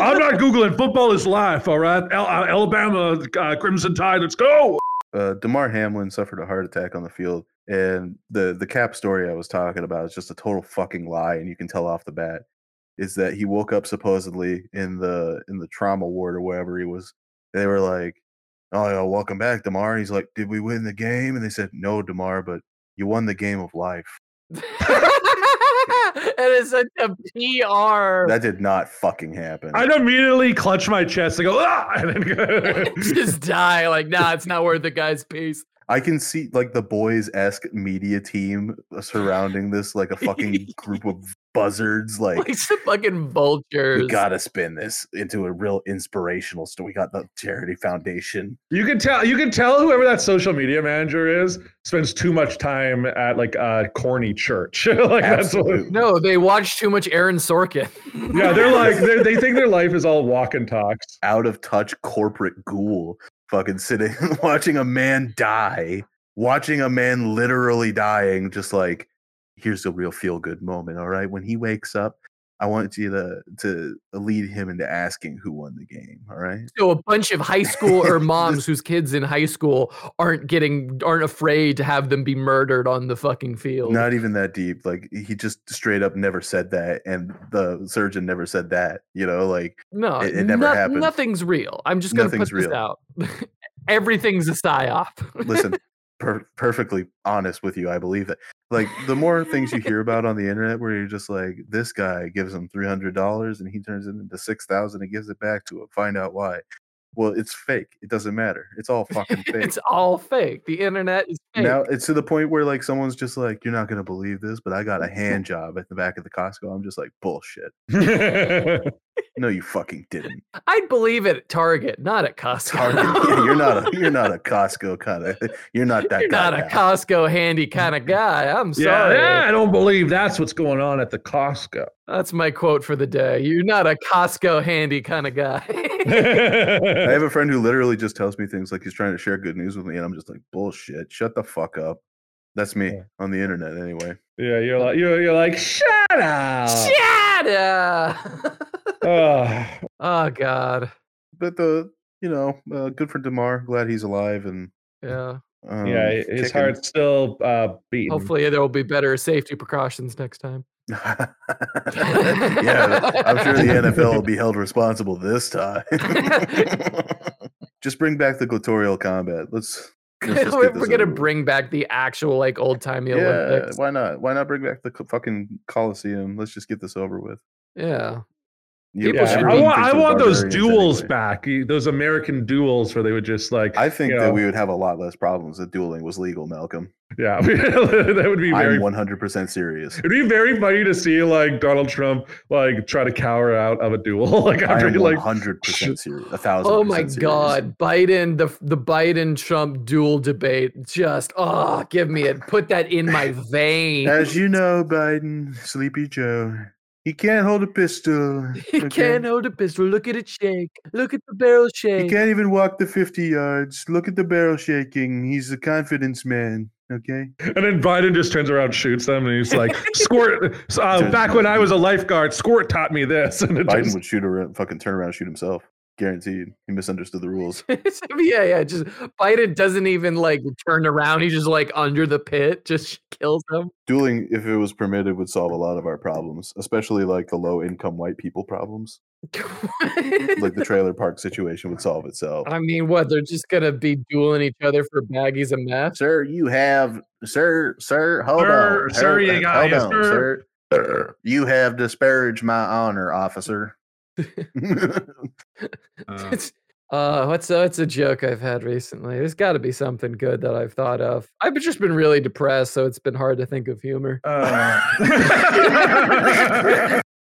S3: I'm not googling. Football is life. All right, Al- uh, Alabama uh, Crimson Tide. Let's go.
S2: uh, Damar Hamlin suffered a heart attack on the field, and the the cap story I was talking about is just a total fucking lie, and you can tell off the bat is that he woke up supposedly in the in the trauma ward or wherever he was. They were like, "Oh, yeah, welcome back, Damar." He's like, "Did we win the game?" And they said, "No, Damar, but you won the game of life."
S4: it is such a PR.
S2: That did not fucking happen.
S3: I'd immediately clutch my chest and go ah, and then go.
S4: just die. Like, nah, it's not worth it, guys. Peace.
S2: I can see like the boys esque media team uh, surrounding this like a fucking group of buzzards like
S4: Like some fucking vultures.
S2: We gotta spin this into a real inspirational story. We got the charity foundation.
S3: You can tell. You can tell whoever that social media manager is spends too much time at like a corny church. like that's what.
S2: Absolutely.
S4: no, they watch too much Aaron Sorkin.
S3: Yeah, they're like they're, they think their life is all walk and talks.
S2: Out of touch corporate ghoul fucking sitting watching a man die, watching a man literally dying, just like here's a real feel good moment. All right. When he wakes up, I want you to to lead him into asking who won the game. All right.
S4: So a bunch of high school or moms whose kids in high school aren't getting aren't afraid to have them be murdered on the fucking field.
S2: Not even that deep. Like he just straight up never said that, and the surgeon never said that. You know, like
S4: no,
S2: it- it never
S4: no-
S2: happened.
S4: Nothing's real. I'm just gonna
S2: Nothing's
S4: put this
S2: real.
S4: out. Everything's a psyop.
S2: listen, per- perfectly honest with you, I believe that. Like the more things you hear about on the internet, where you're just like, this guy gives him three hundred dollars and he turns it into six thousand and gives it back to him. Find out why. Well, it's fake. It doesn't matter. It's all fucking fake.
S4: it's all fake. The internet is fake.
S2: Now it's to the point where like someone's just like, "You're not gonna believe this, but I got a hand job at the back of the Costco." I'm just like, "Bullshit! No, you fucking didn't.
S4: I'd believe it at Target, not at Costco.
S2: Target, yeah, you're not a you're not a Costco kind of. You're not that.
S4: You're
S2: guy
S4: not a
S2: now.
S4: Costco handy kind of guy. I'm
S3: yeah,
S4: sorry.
S3: yeah, I don't believe that's what's going on at the Costco.
S4: That's my quote for the day. You're not a Costco handy kind of guy.
S2: I have a friend who literally just tells me things like he's trying to share good news with me, and I'm just like, "Bullshit! Shut the fuck up." That's me
S3: Yeah.
S2: on the internet anyway.
S3: yeah, you're like you're, you're like shut
S2: Uh.
S3: up.
S4: Shut up.
S3: Ugh.
S4: oh God.
S2: But the you know, uh, good for Demar. Glad he's alive and
S4: Yeah.
S2: um,
S3: yeah, his
S2: kicking.
S3: heart's still uh, beating.
S4: Hopefully there will be better safety precautions next time.
S2: yeah, I'm sure the NFL will be held responsible this time. Just bring back the gladiatorial combat. Let's. let's just
S4: We're
S2: get this
S4: gonna
S2: over with.
S4: bring back the actual like old timey
S2: Yeah,
S4: Olympics.
S2: why not? Why not bring back the co- fucking Coliseum? Let's just get this over with.
S4: Yeah.
S2: You-
S4: People
S3: Yeah,
S4: should
S3: I
S4: be-
S2: everyone
S3: want,
S2: thinks
S3: I
S2: we're
S3: want those
S2: barbarians
S3: duels
S2: anyway.
S3: back. y- Those American duels where they would just like.
S2: I think
S3: you
S2: that
S3: know,
S2: we would have a lot less problems if dueling was legal, Malcolm.
S3: Yeah, that would be very.
S2: I'm 100% serious.
S3: It'd be very funny to see like Donald Trump like try to cower out of a duel. Like
S2: I
S3: after
S2: am
S3: he like
S2: 100% serious. A thousand.
S4: Oh my
S2: percent serious.
S4: God, Biden the the Biden Trump dual debate just oh give me it put that in my vein.
S2: As you know, Biden, Sleepy Joe, he can't hold a pistol.
S4: He can't hold a pistol. Look at it shake. Look at the barrel
S2: He
S4: shake.
S2: can't even walk the 50 yards. Look at the barrel shaking. He's a confidence man. Okay.
S3: and then Biden just turns around, and shoots them, and he's like, "Squirt!" so, Uh,
S2: Just-
S3: back when I was a lifeguard, Squirt taught me this, and it
S2: Biden
S3: just-
S2: would shoot around, fucking turn around and shoot himself. Guaranteed. He misunderstood the rules.
S4: yeah, yeah. Just Biden doesn't even like turn around. He's just like under the pit, just kills him.
S2: Dueling, if it was permitted, would solve a lot of our problems, especially like the low income white people problems. Like the trailer park situation would solve itself.
S4: I mean, what? They're just gonna be dueling each other for baggies of meth.
S2: Sir, you have, sir, sir, hold
S3: Sir,
S2: on,
S3: sir, you
S2: hold
S3: got- yes,
S2: on,
S3: sir.
S2: sir. Sir, You have disparaged my honor, officer.
S6: Uh,
S4: It's uh, what's uh, it's a joke I've had recently. There's got to be something good that I've thought of. I've just been really depressed, so it's been hard to think of humor.
S3: Uh.